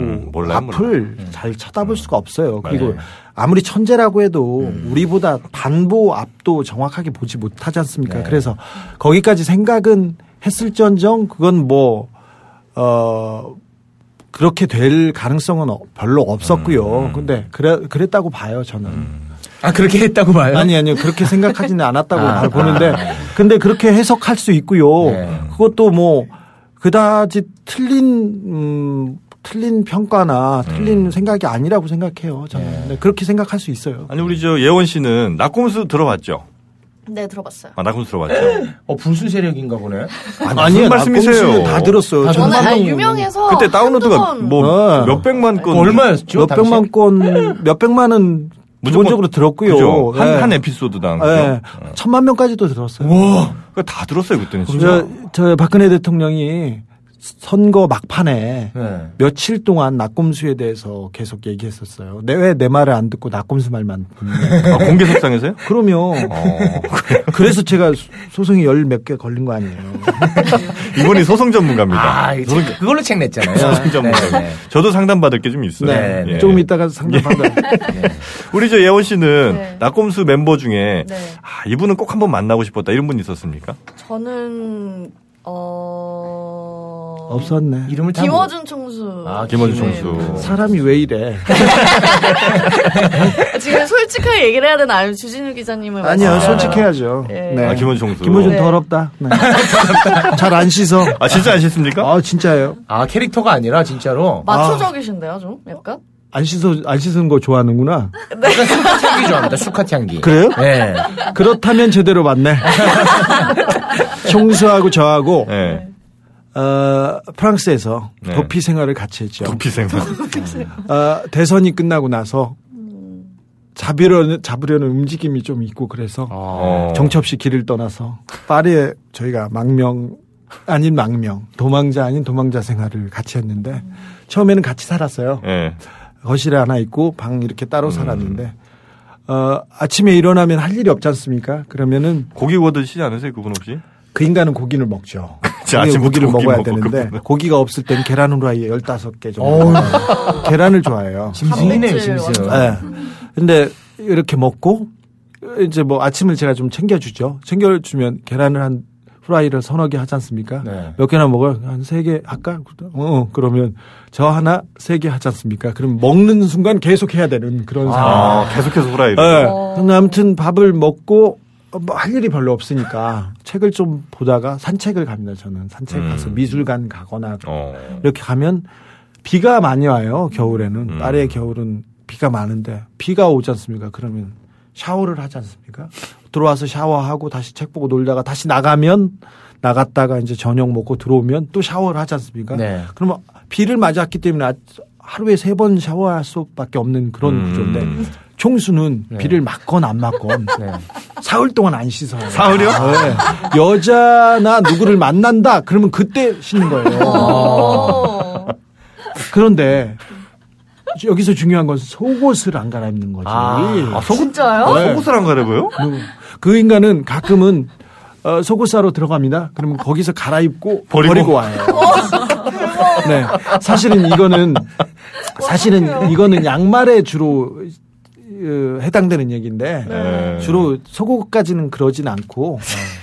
음, 몰라요, 앞을 잘 쳐다볼 수가 없어요. 그리고 맞아요. 아무리 천재라고 해도 우리보다 반보 앞도 정확하게 보지 못하지 않습니까? 그래서 거기까지 생각은 했을지언정 그건 뭐, 어, 그렇게 될 가능성은 어- 별로 없었고요. 근데 그래, 그랬다고 봐요, 저는. 아 그렇게 했다고 봐요. 아니 아니요 그렇게 생각하지는 않았다고 아, 아, 보는데 아. 네. 근데 그렇게 해석할 수 있고요. 네. 그것도 뭐 그다지 틀린 음, 틀린 평가나 음. 틀린 생각이 아니라고 생각해요. 저는 네, 그렇게 생각할 수 있어요. 아니 우리 저 예원 씨는 낙꼼수 들어봤죠? 네, 들어봤어요. 아, 나군수 들어봤죠? 어, 불순 세력인가 보네. 아니, 아니에요. 무슨 말씀이세요? 다 들었어요. 다 저는 워낙 한 아니, 번도 유명해서 그때 다운로드가 한두 번- 뭐 네. 몇백만 건. 얼마였죠? 몇 백만 건, 몇 백만은 무조건- 기본적으로 들었고요. 그죠? 한, 네. 예. 한 에피소드당. 예. 그죠? 음. 천만 명까지도 들었어요. 그거 다 들었어요, 그때는 진짜. 저, 저 박근혜 대통령이 선거 막판에 네. 며칠 동안 낙곰수에 대해서 계속 얘기했었어요. 내 왜 내 말을 안 듣고 낙곰수 말만 듣냐. 아, 공개석상에서요? 그러면 어, 그래서 제가 소- 소송이 열 몇 개 걸린 거 아니에요. 이분이 소송 전문가입니다. 아, 소송, 그- 그걸로 책 냈잖아요. 소송 전문가. 네, 네. 저도 상담받을 게 좀 있어요. 네, 네. 예. 조금 이따가 상담한다. 우리 저 예원 씨는 네. 낙곰수 멤버 중에 네. 아, 이분은 꼭 한번 만나고 싶었다 이런 분 있었습니까? 저는 어 없었네. 이름을 참 김어준 총수. 아, 김어준 네. 총수. 사람이 왜 이래? 지금 솔직하게 얘기를 해야 되나 아니면 주진우 기자님을 아니요, 말씀하세요? 솔직해야죠. 예. 네. 아, 김원준 총수. 김호준 네. 더럽다. 잘 안 씻어. 아, 진짜 아셨습니까? 아 진짜예요? 아, 캐릭터가 아니라 진짜로. 마초적이신데요, 좀 약간. 안 씻어 안 씻은 거 좋아하는구나. 약간 수컷 향기 좋아합니다. 수컷 향기. 그래요? 네. 그렇다면 제대로 맞네. 총수하고 저하고 예. 네. 어, 프랑스에서 네. 도피 생활을 같이 했죠. 도피생활. 어, 대선이 끝나고 나서 잡으려는 잡으려는 움직임이 좀 있고 그래서 어. 정처 없이 길을 떠나서 파리에 저희가 망명 아닌 망명 도망자 아닌 도망자 생활을 같이 했는데 처음에는 같이 살았어요. 예. 거실에 하나 있고 방 이렇게 따로 음. 살았는데 어, 아침에 일어나면 할 일이 없지 않습니까? 그러면은 고기 구워 드시지 않으세요, 그분 혹시? 그 인간은 고기를 먹죠. 그치, 고기- 그렇죠. 아침부터 고기를 고기 먹어야 먹고 되는데 그러면. 고기가 없을 땐 계란 후라이에 15개 정도. 먹어요. 계란을 좋아해요. 짐승이네요, 단백질 짐승. 예. 근데 이렇게 먹고 이제 뭐 아침을 제가 좀 챙겨주죠. 챙겨주면 계란을 한 후라이를 서너 개 하지 않습니까? 네. 몇 개나 먹어요? 한 세 개 할까? 어, 어, 그러면 저 하나 세 개 하지 않습니까? 그럼 먹는 순간 계속 해야 되는 그런 상황. 아, 계속해서 후라이를. 예. 근데 아무튼 밥을 먹고 어, 뭐할 일이 별로 없으니까 책을 좀 보다가 산책을 갑니다. 저는 산책 음. 가서 미술관 가거나 어. 이렇게 가면 비가 많이 와요. 겨울에는 음. 파리의 겨울은 비가 많은데 비가 오지 않습니까? 그러면 샤워를 하지 않습니까? 들어와서 샤워하고 다시 책 보고 놀다가 다시 나가면 나갔다가 이제 저녁 먹고 들어오면 또 샤워를 하지 않습니까? 네. 그러면 비를 맞았기 때문에 아- 하루에 세 번 샤워할 수밖에 없는 그런 음. 네. 구조인데 총수는 비를 맞건 안 맞건 사흘 동안 안 씻어요. 사흘이요? 네. 여자나 누구를 만난다 그러면 그때 씻는 거예요. 어. 그런데 여기서 중요한 건 속옷을 안 갈아입는 거지. 아. 진짜요? 네. 음. 속옷을 안 가려고요? 그 인간은 가끔은 어, 속옷 사러 들어갑니다. 그러면 거기서 갈아입고 버리고? 버리고, 와요. 네, 사실은 이거는 사실은 이거는 양말에 주로 어, 해당되는 얘기인데 네. 주로 속옷까지는 그러진 않고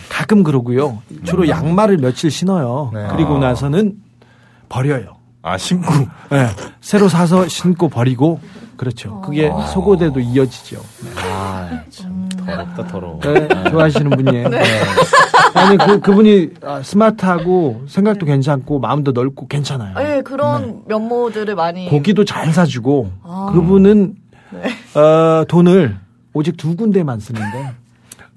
가끔 그러고요. 주로 양말을 며칠 신어요. 네. 그리고 아. 나서는 버려요. 아, 신고. 네, 새로 사서 신고 버리고 그렇죠. 그게 속옷에도 이어지죠. 아, 참 더럽다 더러워. 네, 좋아하시는 분이에요. 네. 아니 그 그분이 아, 스마트하고 생각도 괜찮고 마음도 넓고 괜찮아요. 어? 예, 그런 면모들을 많이 고기도 잘 사주고 그분은 어, 돈을 오직 두 군데만 쓰는데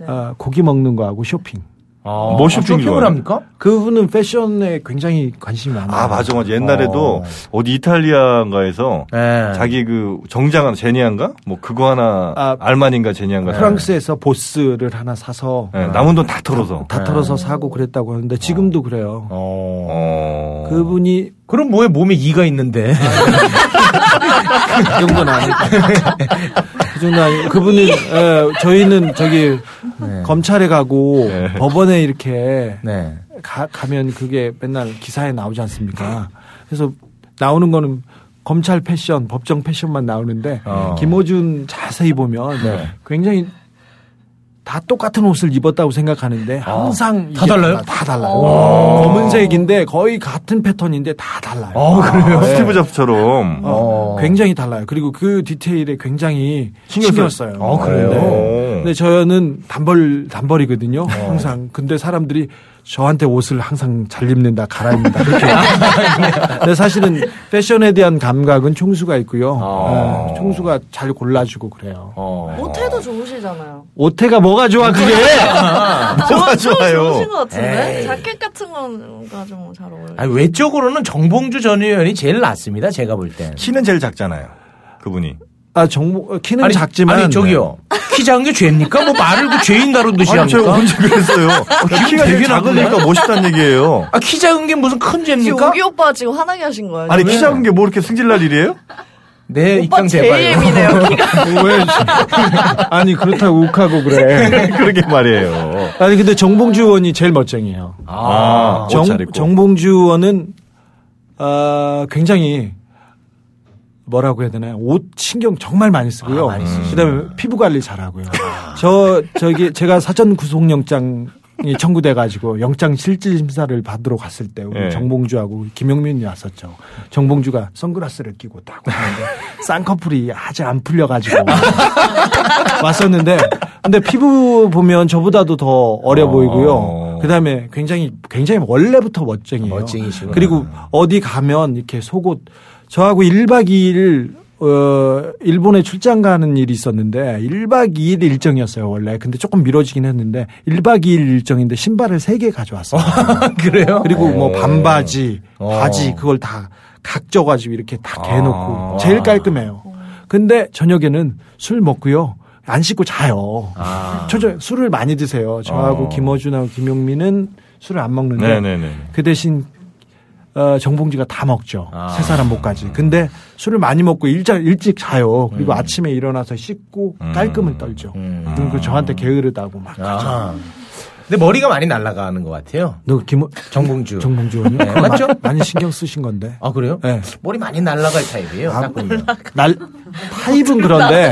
어, 고기 먹는 거하고 쇼핑. 아, 뭐 쇼핑 쇼핑을 좋아해요? 합니까? 그분은 패션에 굉장히 관심이 많아요. 아, 맞아, 맞아. 옛날에도 어. 어. 디 이탈리아인가에서 네. 자기 그 정장 하나, 제니안가? 뭐 그거 하나, 아, 알마니인가 제니안가. 프랑스에서 보스를 하나 사서 네, 남은 돈 다 털어서. 아. 다 털어서 사고 그랬다고 하는데 지금도 그래요. 어. 어. 그분이 그럼 뭐에 몸에 이가 있는데? 그 정도는 아니고. 그 정도는 아니고. 그분은, 예, 저희는 저기, 네. 검찰에 가고 네. 법원에 이렇게 네. 가, 가면 그게 맨날 기사에 나오지 않습니까? 그래서 나오는 거는 검찰 패션, 법정 패션만 나오는데 어. 김호준 자세히 보면 네. 굉장히 다 똑같은 옷을 입었다고 생각하는데 항상 어. 다 이게 달라요? 달라, 다 달라요. 검은색인데 거의 같은 패턴인데 다 달라요. 어, 그래요? 아, 스티브 잡처럼. 어. 굉장히 달라요. 그리고 그 디테일에 굉장히 신경 써요. 네. 아, 그래요? 어. 근데 저는 단벌 단벌이거든요. 항상. 근데 사람들이 저한테 옷을 항상 잘 입는다, 갈아입는다. 그렇게. 근데 사실은 패션에 대한 감각은 총수가 있고요. 어. 네, 총수가 잘 골라주고 그래요. 어. 못해도 좋으시잖아요. 오태가 뭐가 좋아, 그게? 뭐가 좀 좋으신 것 같은데? 에이. 자켓 같은 건가 좀 잘 어울려요. 아니, 외적으로는 정봉주 전 의원이 제일 낫습니다. 제가 볼 땐. 키는 제일 작잖아요. 그분이. 아, 정보, 키는 작지만. 네. 아니 저기요. 키 작은 게 죄입니까? 뭐 말을 그 죄인 다룬 듯이 아니, 제가 합니까? 언제 그랬어요. 키가 제일 되게 낮은데? 작으니까 멋있다는 얘기예요. 아, 키 작은 게 무슨 큰 지금 죄입니까? 오기 오빠 지금 화나게 하신 거예요. 아니, 지금? 키 작은 게 뭐 이렇게 승질날 일이에요? 네, 오빠 입장 제일 제발. 예민해요. 네. 왜? 아니, 그렇다고 욱하고 그래. 그러게 말이에요. 아니, 근데 정봉주 의원이 제일 멋쟁이에요. 아, 옷 잘 입고. 정봉주 의원은 아, 굉장히 뭐라고 해야 되나요? 옷 신경 정말 많이 쓰고요. 아, 많이 쓰시죠. 그다음에 피부 관리 잘하고요. 저 저기 제가 사전 구속영장 이 청구돼 가지고 영장 실질 심사를 받으러 갔을 때 우리 예. 정봉주하고 김용민이 왔었죠. 정봉주가 선글라스를 끼고 딱 왔는데 쌍꺼풀이 아직 안 풀려 가지고 왔었는데 근데 피부 보면 저보다도 더 어려 어. 보이고요. 그다음에 굉장히 굉장히 원래부터 멋쟁이에요. 멋쟁이시구나. 그리고 어디 가면 이렇게 속옷 저하고 1박 2일 어 일본에 출장 가는 일이 있었는데 1박 2일 일정이었어요, 원래. 근데 조금 미뤄지긴 했는데 1박 2일 일정인데 신발을 3개 가져왔어요. 그래요? 그리고 뭐 아, 어. 반바지, 어. 바지 그걸 다 각져 가지고 이렇게 다 아. 개놓고 제일 깔끔해요. 근데 저녁에는 술 먹고요. 안 씻고 자요. 아. 저저 술을 많이 드세요. 저하고 어. 김어준하고 김용민은 술을 안 먹는데 네네네. 그 대신 어, 정봉지가 다 먹죠. 아. 세 사람 목까지. 근데 술을 많이 먹고 일자, 일찍 자요. 그리고 아침에 일어나서 씻고 깔끔을 떨죠. 음. 그리고 저한테 게으르다고 막. 아. 근데 머리가 많이 날아가는 것 같아요. 너 김, 정봉주. 정봉주 의원님? 네, 맞죠? 많이 신경 쓰신 건데. 아 그래요? 네. 머리 많이 날아갈 타입이에요. 딱 보면. 날, 타입은 그런데,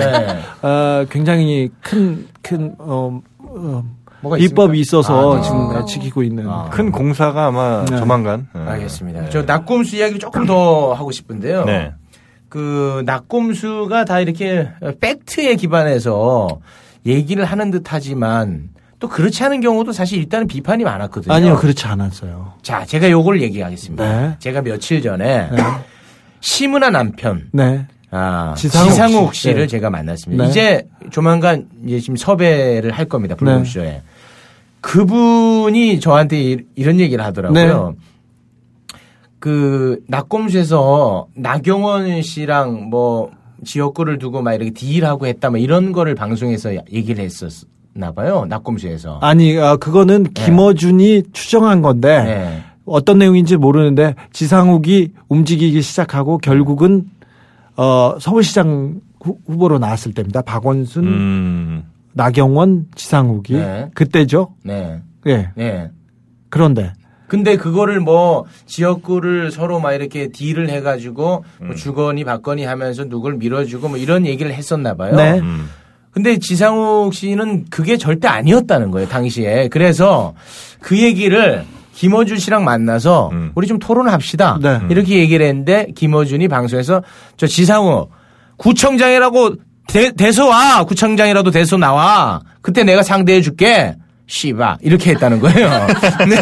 네. 어, 굉장히 큰, 큰, 어, 어, 뭐가 입법이 있어서 아, 지금 아. 지키고 있는. 큰 공사가 아마 네. 조만간. 예. 알겠습니다. 저 낙곰수 이야기 조금 더 하고 싶은데요. 네. 그 낙곰수가 다 이렇게 팩트에 기반해서 얘기를 하는 듯하지만 또 그렇지 않은 경우도 사실 일단은 비판이 많았거든요. 아니요, 그렇지 않았어요. 자, 제가 요걸 얘기하겠습니다. 네. 제가 며칠 전에 심은아 남편 네. 아, 지상욱 지상욱, 씨. 씨를 네. 제가 만났습니다. 네. 이제 조만간 이제 지금 섭외를 할 겁니다. 네. 불금쇼에. 그분이 저한테 이- 이런 얘기를 하더라고요. 네. 그 낙검수에서 나경원 씨랑 뭐 지역구를 두고 막 이렇게 딜하고 했다 막 이런 거를 방송에서 얘기를 했었나 봐요. 낙검수에서. 아니, 아, 그거는 김어준이 추정한 건데 네. 어떤 내용인지 모르는데 지상욱이 움직이기 시작하고 음. 결국은 어, 서울시장 후, 보로 나왔을 때입니다. 박원순, 음. 나경원, 지상욱이 네. 그때죠. 네. 예. 네. 그런데 근데 그거를 뭐 지역구를 서로 막 이렇게 딜을 해가지고 뭐 주거니 받거니 하면서 누굴 밀어주고 뭐 이런 얘기를 했었나 봐요. 네. 음. 근데 지상욱 씨는 그게 절대 아니었다는 거예요 당시에. 그래서 그 얘기를 김어준 씨랑 만나서 음. 우리 좀 토론합시다. 네. 이렇게 얘기를 했는데 김어준이 방송에서 저 지상욱 구청장이라고 대, 대서 와 구청장이라도 대서 나와 그때 내가 상대해 줄게. 씨바 이렇게 했다는 거예요. 네.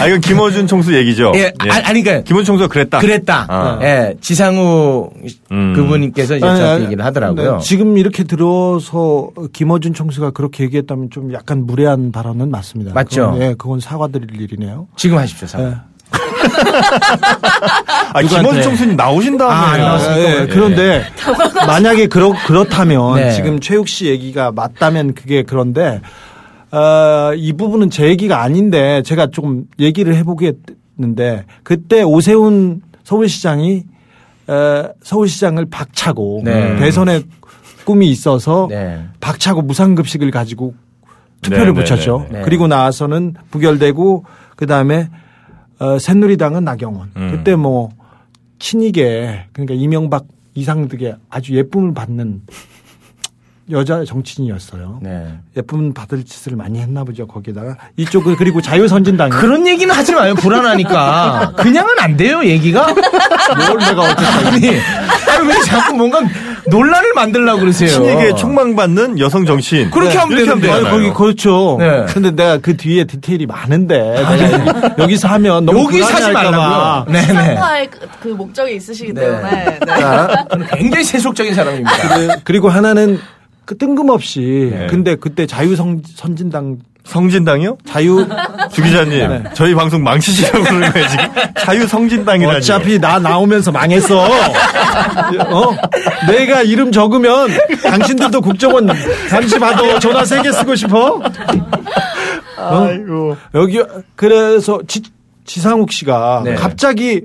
아, 이건 김어준 총수 얘기죠? 예, 아, 아니, 그러니까 김어준 총수가 그랬다. 그랬다. 아. 예, 지상우 음. 그분께서 이제 아니, 저한테 아니, 얘기를 하더라고요. 네, 지금 이렇게 들어서 김어준 총수가 그렇게 얘기했다면 좀 약간 무례한 발언은 맞습니다. 맞죠. 그건, 예, 그건 사과드릴 일이네요. 지금 하십시오, 사과. 예. 아, 김어준 누구한테? 총수님 나오신 아, 다음에. 안 나왔어요. 예, 예. 그런데 만약에 그렇, 그렇다면 네. 지금 최욱 씨 얘기가 맞다면 그게 그런데 어, 이 부분은 제 얘기가 아닌데 제가 조금 얘기를 해보겠는데 그때 오세훈 서울시장이 에, 서울시장을 박차고 네. 대선의 꿈이 있어서 네. 박차고 무상급식을 가지고 네, 투표를 붙였죠. 네, 네. 그리고 나와서는 부결되고 그 다음에 어, 새누리당은 나경원. 음. 그때 뭐 친이계 그러니까 이명박 이상득의 아주 예쁨을 받는 여자 정치인이었어요. 네. 예쁨 받을 짓을 많이 했나 보죠. 거기다가 이쪽은 그리고 자유선진당 이 그런 얘기는 하지 마요. 불안하니까. 그냥은 안 돼요, 얘기가. 뭘 내가 어쨌든. 아니, 아니, 왜 자꾸 뭔가 논란을 만들려고 그러세요. 신에게 촉망받는 여성 정치인. 그렇게 하면 네, 이렇게 하면 되는데. 아니, 되잖아요. 거기 그렇죠. 네. 근데 내가 그 뒤에 디테일이 많은데 내가 여기, 여기서 하면 너무 여기 사지 불안해할까 봐. 말라고요. 네네. 상파할 그, 그 목적이 있으시기 네. 때문에 네. 자, 저는 굉장히 세속적인 사람입니다. 네. 그래- 그리고 하나는 그 뜬금없이 네. 근데 그때 자유선진당 성진당이요? 자유 주 기자님, 저희 방송 망치시려고 그러는 거예요, 지금. 자유성진당이라니. 어차피 나 나오면서 망했어. 어? 내가 이름 적으면 당신들도 국정원 감시 받아 전화 세 개 쓰고 싶어? 아이고. 여기 그래서 지, 지상욱 씨가 네. 갑자기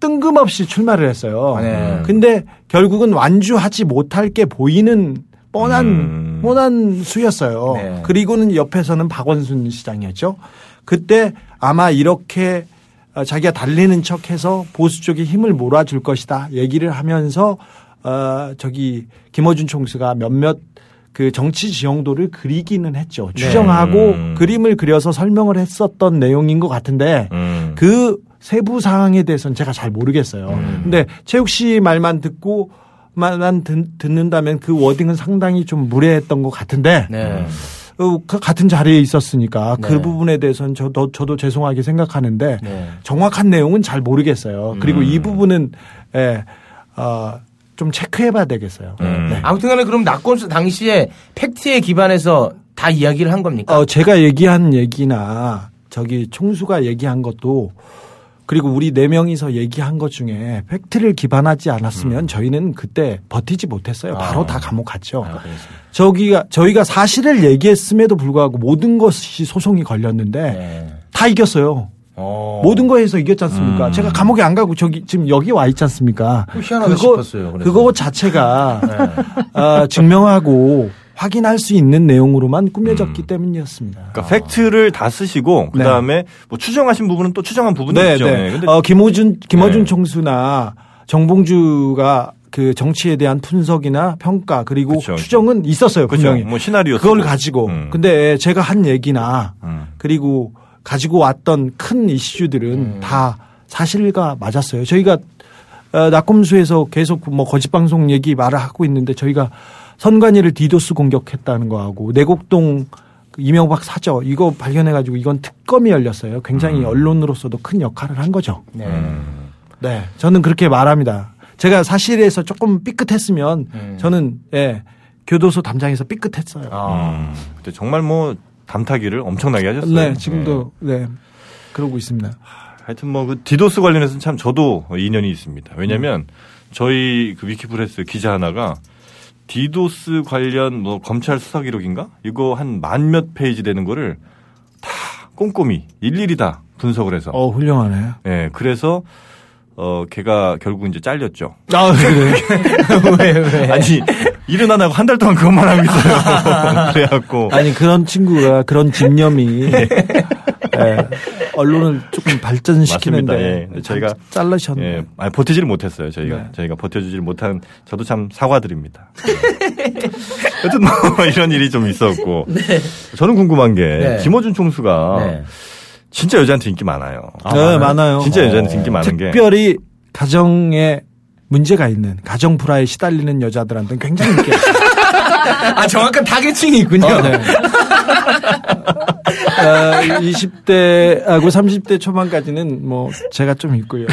뜬금없이 출마를 했어요. 네. 근데 결국은 완주하지 못할 게 보이는 뻔한 음. 뻔한 수였어요. 네. 그리고는 옆에서는 박원순 시장이었죠. 그때 아마 이렇게 어, 자기가 달리는 척해서 보수 쪽에 힘을 몰아줄 것이다 얘기를 하면서 어 저기 김어준 총수가 몇몇 그 정치 지형도를 그리기는 했죠. 추정하고 네. 음. 그림을 그려서 설명을 했었던 내용인 것 같은데 음. 그 세부 사항에 대해서는 제가 잘 모르겠어요. 근데 최욱 씨 말만 듣고 만만 듣- 듣는다면 그 워딩은 상당히 좀 무례했던 것 같은데 네. 어, 그 같은 자리에 있었으니까 네. 그 부분에 대해서는 저도, 저도 죄송하게 생각하는데 네. 음. 정확한 내용은 잘 모르겠어요. 그리고 이 부분은 예, 어, 좀 체크해봐야 되겠어요. 음. 네. 아무튼간에 그럼 낙권수 당시에 팩트에 기반해서 다 이야기를 한 겁니까? 어, 제가 얘기한 얘기나 저기 총수가 얘기한 것도 그리고 우리 네 명이서 얘기한 것 중에 팩트를 기반하지 음. 않았으면 저희는 그때 버티지 아. 못했어요. 바로 다 감옥 갔죠. 저기가 저희가 사실을 얘기했음에도 불구하고 모든 것이 소송이 걸렸는데 네. 다 이겼어요. 어. 모든 거에서 이겼지 않습니까? 제가 감옥에 안 가고 저기 지금 여기 와 있지 않습니까? 그거 희한하다 싶었어요, 그래서. 그거 자체가 아, 증명하고 확인할 수 있는 내용으로만 꾸며졌기 때문이었습니다. 그러니까 팩트를 다 쓰시고 그다음에 뭐 추정하신 부분은 또 추정한 부분이 있죠. 네, 근데 어, 김호준 김어준 네. 총수나 정봉주가 그 정치에 대한 분석이나 평가 그리고 그쵸. 추정은 있었어요 그쵸. 분명히. 뭐 시나리오 그걸 쓰고. 가지고. 음. 근데 제가 한 얘기나 음. 그리고 가지고 왔던 큰 이슈들은 음. 다 사실과 맞았어요. 저희가 어, 낙검수에서 계속 뭐 거짓 방송 얘기 말을 하고 있는데 저희가 선관위를 디도스 공격했다는 거하고 내곡동 그 이명박 사저 이거 발견해 가지고 이건 특검이 열렸어요. 굉장히 음. 언론으로서도 큰 역할을 한 거죠. 네. 네. 저는 그렇게 말합니다. 제가 사실에서 조금 삐끗했으면 음. 저는 예. 교도소 담장에서 삐끗했어요. 아. 음. 그때 정말 뭐 담타기를 엄청나게 하셨어요. 예. 네, 지금도 네. 그러고 있습니다. 하여튼 뭐 그 디도스 관련해서는 참 저도 인연이 있습니다. 왜냐하면 저희 그 위키프레스 기자 하나가 디도스 관련 뭐 검찰 수사 기록인가 이거 한 만 몇 페이지 되는 거를 다 꼼꼼히 일일이 다 분석을 해서 어, 훌륭하네. 예 그래서 어 걔가 결국 이제 잘렸죠. 아, 그래. 왜, 왜? 아니 일은 안 하고 한 달 동안 그것만 하고 있어요. 그래갖고 아니, 그런 친구가 그런 집념이 네. 예, 언론을 조금 발전시키는데 맞습니다. 예, 저희가 잘라셨네. 예, 아니, 버티지를 못했어요. 저희가 저희가 버텨주질 못한 저도 참 사과드립니다. 여튼 뭐 이런 일이 좀 있었고 저는 궁금한 게 네. 김어준 총수가 네. 진짜 여자한테 인기 많아요. 네, 많아요? 많아요. 진짜 어. 여자한테 인기 많은 게 특별히 가정에 문제가 있는 가정 불화에 시달리는 여자들한테는 굉장히 인기가 있어요. 아, 정확한 타겟층이 있군요. 아, 20대하고 30대 초반까지는 뭐 제가 좀 있고요.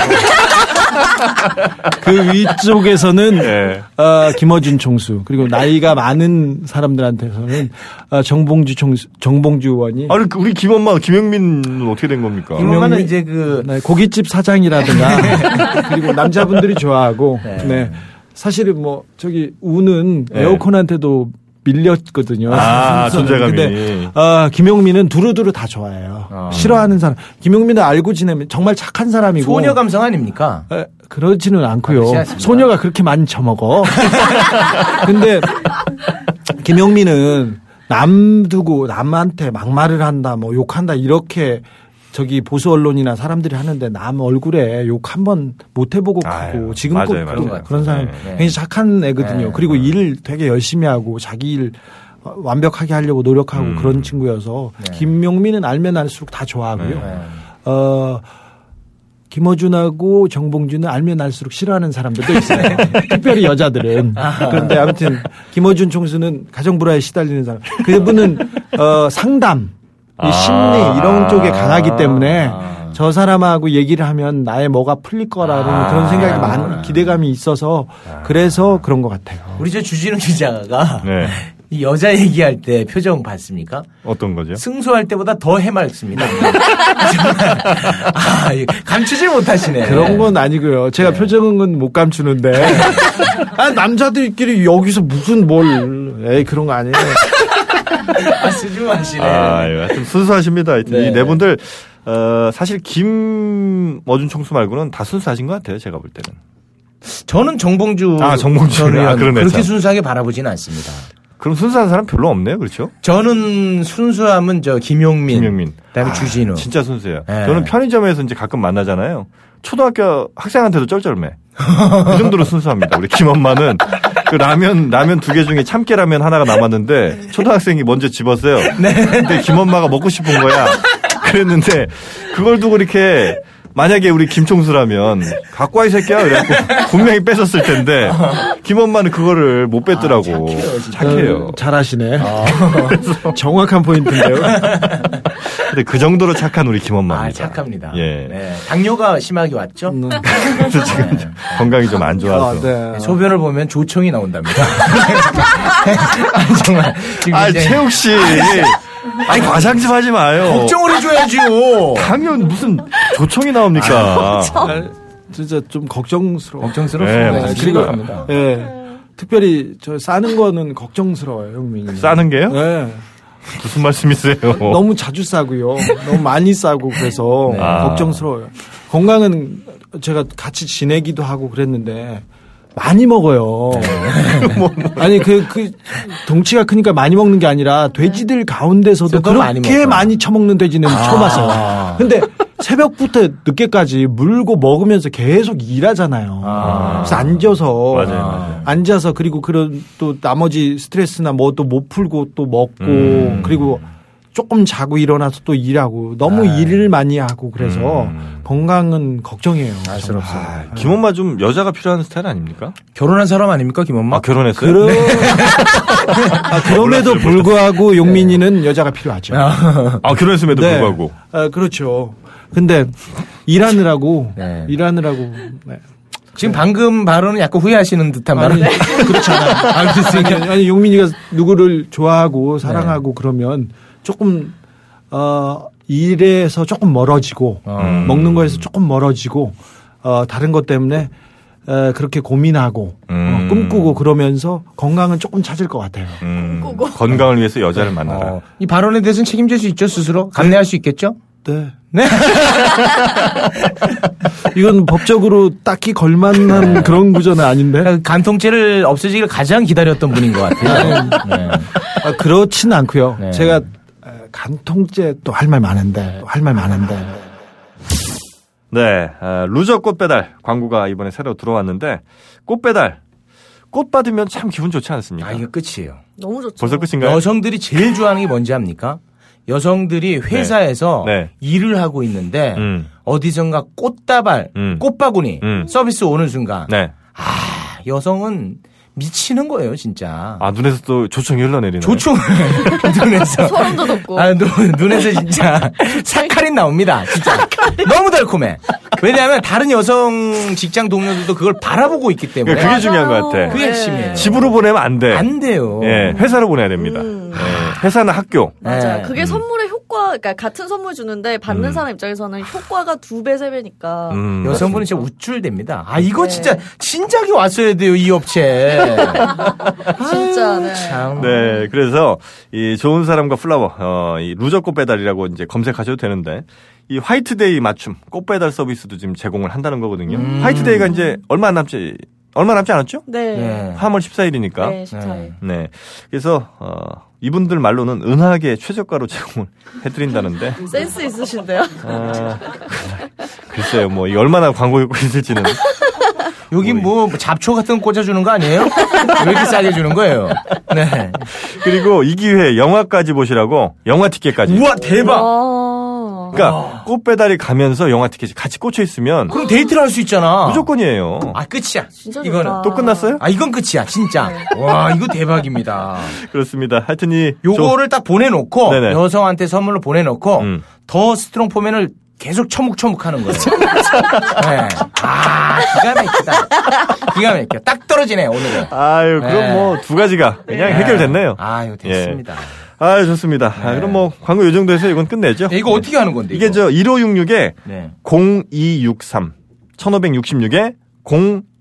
그 위쪽에서는 네. 아, 김어준 총수 그리고 나이가 많은 사람들한테서는 아, 정봉주 총수, 정봉주 의원이 아니 그 우리 김엄마 김영민은 어떻게 된 겁니까? 김- 김용민 그러면은 이제 그- 네, 고깃집 사장이라든가 그리고 남자분들이 좋아하고 네. 네. 사실은 뭐 저기 우는 에어컨한테도 밀렸거든요. 아, 존재감이. 근데 아, 김용민은 두루두루 다 좋아해요. 아. 싫어하는 사람. 김용민은 알고 지내면 정말 착한 사람이고. 소녀 감성 아닙니까? 에, 그러지는 않고요. 그렇지 않습니다. 소녀가 그렇게 많이 처먹어. 근데 김용민은 남 두고 남한테 막말을 한다, 뭐 욕한다 이렇게 저기 보수 언론이나 사람들이 하는데 남 얼굴에 욕 한 번 못 해보고 아유, 가고 지금껏 맞아요, 그런- 맞아요. 그런 사람 네, 네. 굉장히 착한 애거든요. 네. 그리고 일 되게 열심히 하고 자기 일 어, 완벽하게 하려고 노력하고 음. 그런 네. 친구여서 김용민은 알면 알수록 다 좋아하고요. 네. 어, 김어준하고 정봉준은 알면 알수록 싫어하는 사람들도 있어요. 네. 특별히 여자들은. 그런데 아무튼 김어준 총수는 가정불화에 시달리는 사람. 그분은 어, 상담, 이 심리 아. 이런 쪽에 강하기 때문에 아. 저 사람하고 얘기를 하면 나의 뭐가 풀릴 거라는 그런 생각이 네. 많은 기대감이 있어서 아. 그래서 그런 것 같아요. 우리 저 주진우 기자가 네. 이 여자 얘기할 때 표정 봤습니까? 어떤 거죠? 승소할 때보다 더 해맑습니다. 정말. 아, 이거 감추질 못하시네. 네. 그런 건 아니고요. 제가 표정은 못 감추는데. 아, 남자들끼리 여기서 무슨 뭘, 에이, 그런 거 아니에요. 아, 수줍하시네. 아, 예. 하여튼 순수하십니다. 하여튼 네. 이네 분들 어, 사실 김어준 총수 말고는 다 순수하신 것 같아요. 제가 볼 때는. 저는 정봉주. 아, 정봉주. 전 의원 아, 그러네, 그렇게 참. 순수하게 바라보진 않습니다. 그럼 순수한 사람 별로 없네요. 그렇죠? 저는 순수함은 저 김용민. 김용민. 그다음에 주진우. 진짜 순수해요. 예. 저는 편의점에서 이제 가끔 만나잖아요. 초등학교 학생한테도 쩔쩔매. 그 정도로 순수합니다. 우리 김엄마는 그 라면 라면 두 개 중에 참깨 라면 하나가 남았는데 초등학생이 먼저 집었어요. 네. 근데 김엄마가 먹고 싶은 거야. 그랬는데 그걸 두고 이렇게 만약에 우리 김총수라면 갖고 와 이 새끼야 그래갖고 분명히 뺏었을 텐데 김엄마는 그거를 못 아, 뺏더라고. 착해요. 잘하시네. 정확한 포인트인데요. 근데 그 정도로 착한 우리 김엄마. 아, 착합니다. 예. 네. 당뇨가 심하게 왔죠? 그래서 지금 좀 건강이 좀 안 아, 좋아서. 네. 소변을 보면 조총이 나온답니다. 아니, 정말. 지금 아, 굉장히 최욱 씨. 아니, 과장집 하지 마요. 걱정을 해줘야지요. 가면 무슨 조청이 나옵니까? 아, 진짜 좀 걱정스러워. 어? 걱정스럽습니다. 네, 진짜 그리고- 심각합니다. 예. 특별히 저 싸는 거는 걱정스러워요, 형민이. 싸는 게요? 예. 무슨 말씀이세요? 너무 자주 싸고요. 너무 많이 싸고 그래서 아. 걱정스러워요. 건강은 제가 같이 지내기도 하고 그랬는데 많이 먹어요. 네. 아니 그 그 덩치가 크니까 많이 먹는 게 아니라 돼지들 가운데서도 저도 그렇게 많이 많이, 먹어요. 아. 처먹는 돼지는 처음 봤어요. 근데 새벽부터 늦게까지 물고 먹으면서 계속 일하잖아요. 그래서 앉아서 맞아요, 맞아요. 앉아서 그리고 그런 또 나머지 스트레스나 뭐 또 못 풀고 또 먹고 음. 그리고 조금 자고 일어나서 또 일하고 너무 일을 많이 하고 그래서 아. 음. 건강은 걱정이에요. 안쓰럽습니다. 김엄마 좀 여자가 필요한 스타일 아닙니까? 결혼한 사람 아닙니까, 김엄마? 아, 결혼했어요? 그러... 아, 그럼에도 몰랐어요, 네. 불구하고 용민이는 여자가 필요하죠. 아, 결혼했음에도 불구하고. 아, 그렇죠. 근데 일하느라고 네. 일하느라고 네. 지금 방금 발언은 약간 후회하시는 듯한 발언. 네. 그렇잖아요. 아, 아니, 그렇습니까? 아니 용민이가 누구를 좋아하고 네. 사랑하고 그러면 조금 어 일에서 조금 멀어지고 음. 먹는 거에서 조금 멀어지고 어 다른 것 때문에 에, 그렇게 고민하고 음. 어, 꿈꾸고 그러면서 건강은 조금 찾을 것 같아요. 음, 건강을 위해서 여자를 만나라. 어, 이 발언에 대해서는 책임질 수 있죠, 스스로? 감내할 수 있겠죠? 네. 네. 이건 법적으로 딱히 네. 걸만한 그런 구조는 아닌데 간통죄를 없애지길 가장 기다렸던 분인 것 같아요. 네. 아, 그렇진 않고요. 네. 제가 에, 간통죄 또 할 말 많은데 할 말 많은데. 네, 아, 루저 꽃배달 광고가 이번에 새로 들어왔는데 꽃배달 꽃 받으면 참 기분 좋지 않습니까? 아, 이거 끝이에요. 너무 좋죠. 벌써 끝인가요? 여성들이 제일 좋아하는 게 뭔지 압니까? 여성들이 회사에서 네. 일을 하고 있는데 음. 어디선가 꽃다발, 음. 꽃바구니 음. 서비스 오는 순간 네. 아, 여성은 미치는 거예요, 진짜. 아 네. 눈에서 또 조청이 흘러내리는. 조총을 눈에서 소름 돋았고. 아, 눈- 눈에서 진짜 사카린 나옵니다. 진짜 너무 달콤해. 왜냐하면 다른 여성 직장 동료들도 그걸 바라보고 있기 때문에 그게 중요한 것 네. 같아. 그게 핵심이에요. 집으로 보내면 안 돼. 안 돼요. 예, 회사로 보내야 됩니다. 음. 예, 회사는 학교. 맞아요. 네. 그게 선물의 효과, 그러니까 같은 선물 주는데 받는 음. 사람 입장에서는 효과가 두 배, 세 배니까. 음. 아, 여성분은 진짜 우쭐됩니다. 아 이거 네. 진짜 진작에 왔어야 돼요 이 업체. 진짜, 네. 참. 네, 그래서 이 좋은 사람과 플라워, 어, 이 루저 꽃 배달이라고 이제 검색하셔도 되는데 이 화이트데이 맞춤 꽃 배달 서비스도 지금 제공을 한다는 거거든요. 음. 화이트데이가 이제 얼마 안 남지 얼마 남지 않았죠? 네. 네. 3월 14일이니까. 네. 네, 진짜. 네. 그래서 어, 이분들 말로는 은하계 최저가로 제공을 해드린다는데 센스 있으신데요? 아, 글쎄요, 뭐 이 얼마나 광고 효과 있을지는 여기 뭐 잡초 같은 거 꽂아주는 거 아니에요? 왜 이렇게 싸게 주는 거예요? 네. 그리고 이 기회에 영화까지 보시라고 영화 티켓까지. 우와 대박. 와. 그러니까 꽃배달이 가면서 영화 티켓이 같이 꽂혀 있으면 어. 그럼 데이트를 할 수 있잖아. 무조건이에요. 아 끝이야. 진짜 좋다. 네. 이거는 또 끝났어요? 아 이건 끝이야 진짜. 와 이거 대박입니다. 그렇습니다. 하여튼 이 요거를 딱 보내놓고 네네. 여성한테 선물로 보내놓고 음. 더 스트롱 포맨을 계속 처묵처묵하는 거예요. 네. 아 기가 막히다. 기가 막혀. 딱 떨어지네 오늘은. 조- 아유 그럼 네. 뭐 두 가지가 그냥 해결됐네요. 아 이거 됐습니다. 아유 좋습니다. 아, 그럼 뭐 광고 요 정도에서 이건 끝내죠. 야, 네, 이거 어떻게 하는 건데? 예. 이게 이거? 저 1566에 네. 0263 1566에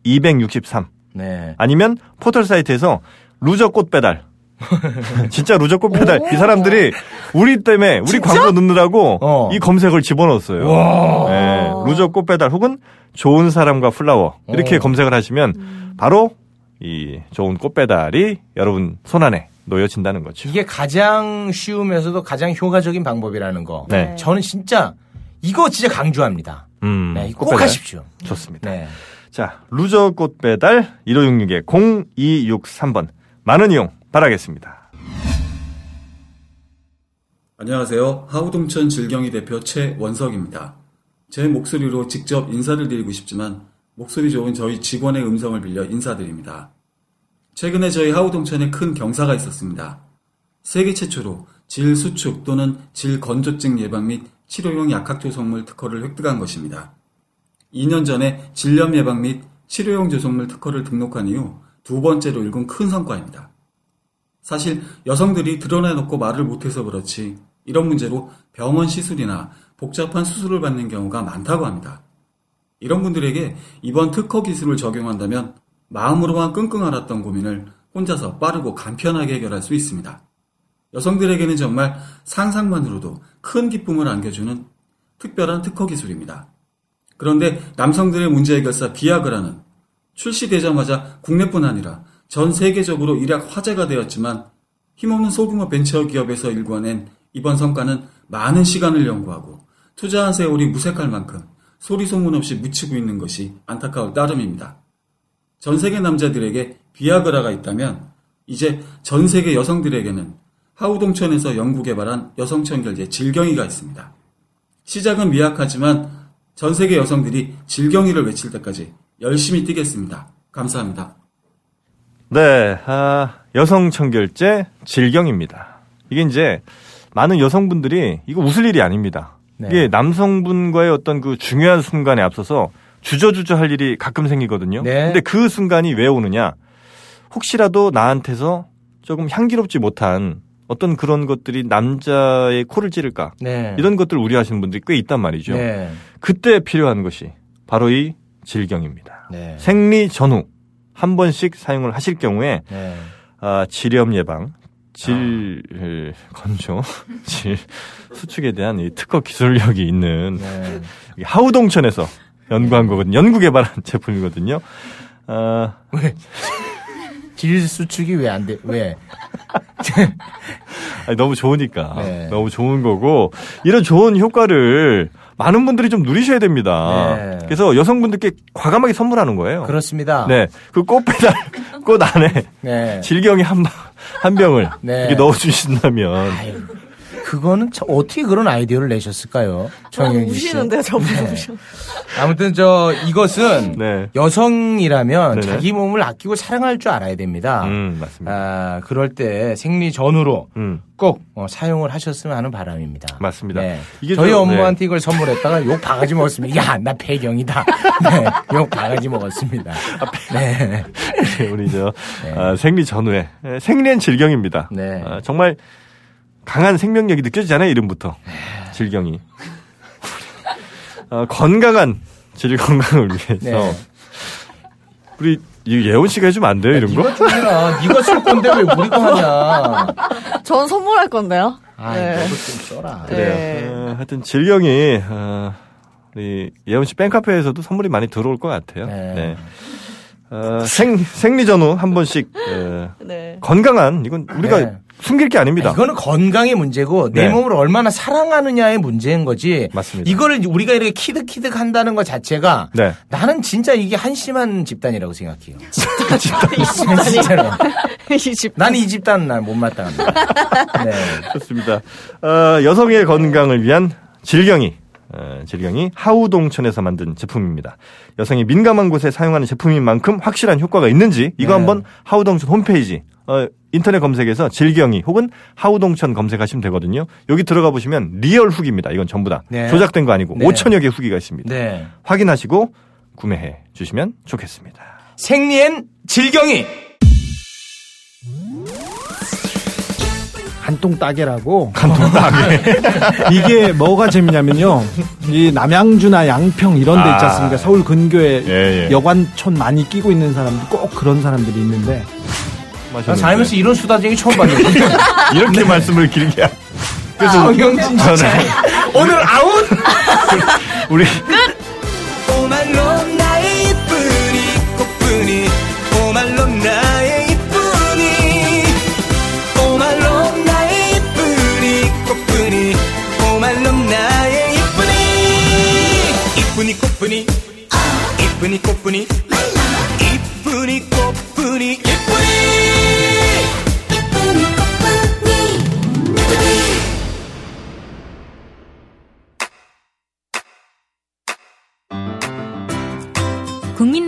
0263 네. 아니면 포털 사이트에서 루저 꽃 배달. 진짜 루저 꽃 배달. 이 사람들이 우리 때문에 우리 광고 넣느라고 어. 이 검색을 집어넣었어요. 예, 루저 꽃 배달 혹은 좋은 사람과 플라워 이렇게 어. 검색을 하시면 바로 이 좋은 꽃 배달이 여러분 손안에 놓여진다는 거죠. 이게 가장 쉬우면서도 가장 효과적인 방법이라는 거. 네. 저는 진짜 이거 진짜 강조합니다. 음, 네, 꽃 꼭 배달. 하십시오. 좋습니다. 네. 자, 루저 꽃 배달 1566에 0263번 많은 이용 바라겠습니다. 안녕하세요. 하우동천 질경이 대표 최원석입니다. 제 목소리로 직접 인사를 드리고 싶지만 목소리 좋은 저희 직원의 음성을 빌려 인사드립니다. 최근에 저희 하우동천에 큰 경사가 있었습니다. 세계 최초로 질 수축 또는 질 건조증 예방 및 치료용 약학조성물 특허를 획득한 것입니다. 2년 전에 질염 예방 및 치료용 조성물 특허를 등록한 이후 두 번째로 일군 큰 성과입니다. 사실 여성들이 드러내놓고 말을 못해서 그렇지 이런 문제로 병원 시술이나 복잡한 수술을 받는 경우가 많다고 합니다. 이런 분들에게 이번 특허 기술을 적용한다면 마음으로만 끙끙 앓았던 고민을 혼자서 빠르고 간편하게 해결할 수 있습니다. 여성들에게는 정말 상상만으로도 큰 기쁨을 안겨주는 특별한 특허 기술입니다. 그런데 남성들의 문제 해결사 비아그라는 출시되자마자 국내뿐 아니라 전 세계적으로 일약 화제가 되었지만 힘없는 소규모 벤처 기업에서 일궈낸 이번 성과는 많은 시간을 연구하고 투자한 세월이 무색할 만큼 소리 소문 없이 묻히고 있는 것이 안타까울 따름입니다. 전 세계 남자들에게 비아그라가 있다면 이제 전 세계 여성들에게는 하우동천에서 연구 개발한 여성천결제 질경이가 있습니다. 시작은 미약하지만 전 세계 여성들이 질경이를 외칠 때까지 열심히 뛰겠습니다. 감사합니다. 네, 아, 여성 청결제 질경입니다. 이게 이제 많은 여성분들이 이거 웃을 일이 아닙니다. 네. 이게 남성분과의 어떤 그 중요한 순간에 앞서서 주저주저 할 일이 가끔 생기거든요. 네. 근데 그 순간이 왜 오느냐? 혹시라도 나한테서 조금 향기롭지 못한 어떤 그런 것들이 남자의 코를 찌를까? 네. 이런 것들 우려하시는 분들이 꽤 있단 말이죠. 네. 그때 필요한 것이 바로 이 질경입니다. 네. 생리 전후 한 번씩 사용을 하실 경우에 네. 아, 질염 예방, 질 에, 건조, 질 수축에 대한 이 특허 기술력이 있는 네. 이 하우동천에서 연구한 거거든요. 연구 개발한 제품이거든요. 아, 질 수축이 왜 안 돼? 왜? 아니, 너무 좋으니까 네. 너무 좋은 거고 이런 좋은 효과를 많은 분들이 좀 누리셔야 됩니다. 네. 그렇죠. 그래서 여성분들께 과감하게 선물하는 거예요. 그렇습니다. 네, 그 꽃배달 꽃 안에 네. 질경이 한, 방- 한 병을 네. 이렇게 넣어주신다면 아유, 그거는 참 어떻게 그런 아이디어를 내셨을까요? 저는 정영진 씨. 우시는데요, 저분. 네. 아무튼 저 이것은 네. 여성이라면 네네. 자기 몸을 아끼고 사랑할 줄 알아야 됩니다. 음, 맞습니다. 아, 그럴 때 생리 전후로 음. 꼭 어, 사용을 하셨으면 하는 바람입니다. 맞습니다. 네. 이게 저희 좀, 엄마한테 이걸 선물했다가 욕 바가지 먹었습니다. 야, 나 폐경이다. 네, 욕 바가지 먹었습니다. 아, 네. 우리 저 아, 생리 전후에 에, 생리엔 질경입니다. 네. 아, 정말 강한 생명력이 느껴지잖아요 이름부터 네. 질경이 아, 건강한 질 건강을 위해서 네. 우리 이 예원 씨가 해주면 안 돼요 이런 거? 이거 좀 해라. 그렇죠, 네가 쓸 건데 왜 우리 거 하냐. 전 선물할 건데요. 아, 네. 이거 좀 써라. 네. 어, 하여튼 질경이 어, 우리 예원 씨 팬카페에서도 선물이 많이 들어올 것 같아요. 네. 네. 어, 생 생리 전후 한 번씩 어, 네. 건강한 이건 우리가 네. 숨길 게 아닙니다. 이거는 건강의 문제고 네. 내 몸을 얼마나 사랑하느냐의 문제인 거지. 맞습니다. 이거를 우리가 이렇게 키득키득 한다는 것 자체가 네. 나는 진짜 이게 한심한 집단이라고 생각해요. 진짜로. 이 집. 난 이 집단 난 못 마땅합니다. 네. 좋습니다. 어, 여성의 건강을 위한 질경이 어, 질경이 하우동천에서 만든 제품입니다. 여성이 민감한 곳에 사용하는 제품인 만큼 확실한 효과가 있는지 네. 이거 한번 하우동천 홈페이지 어, 인터넷 검색에서 질경이 혹은 하우동천 검색하시면 되거든요. 여기 들어가 보시면 리얼 후기입니다. 이건 전부 다 네. 조작된 거 아니고 네. 5천여 개 후기가 있습니다. 네. 확인하시고 구매해 주시면 좋겠습니다. 생리엔 질경이. 간통 따개라고. 간통 따개. 이게 뭐가 재미냐면요. 이 남양주나 양평 이런 데 있지 않습니까? 아. 서울 근교에 예, 예. 여관촌 많이 끼고 있는 사람들 꼭 그런 사람들이 있는데 나 살면서 이런 수다쟁이 처음 봤는데. 네. 아, 이렇게 말씀을 길게 하- 그래서 정영진 저는 오늘 아웃. 우리 오말론 나의 이쁜이 꽃뿐이 오말론 나의 이쁜이 오말론 나의 이쁜이 꽃뿐이 오말론 나의 이쁜이 이쁜이 꽃뿐이 이쁜이 꽃뿐이 이쁜이 꽃뿐이 이쁜이 국민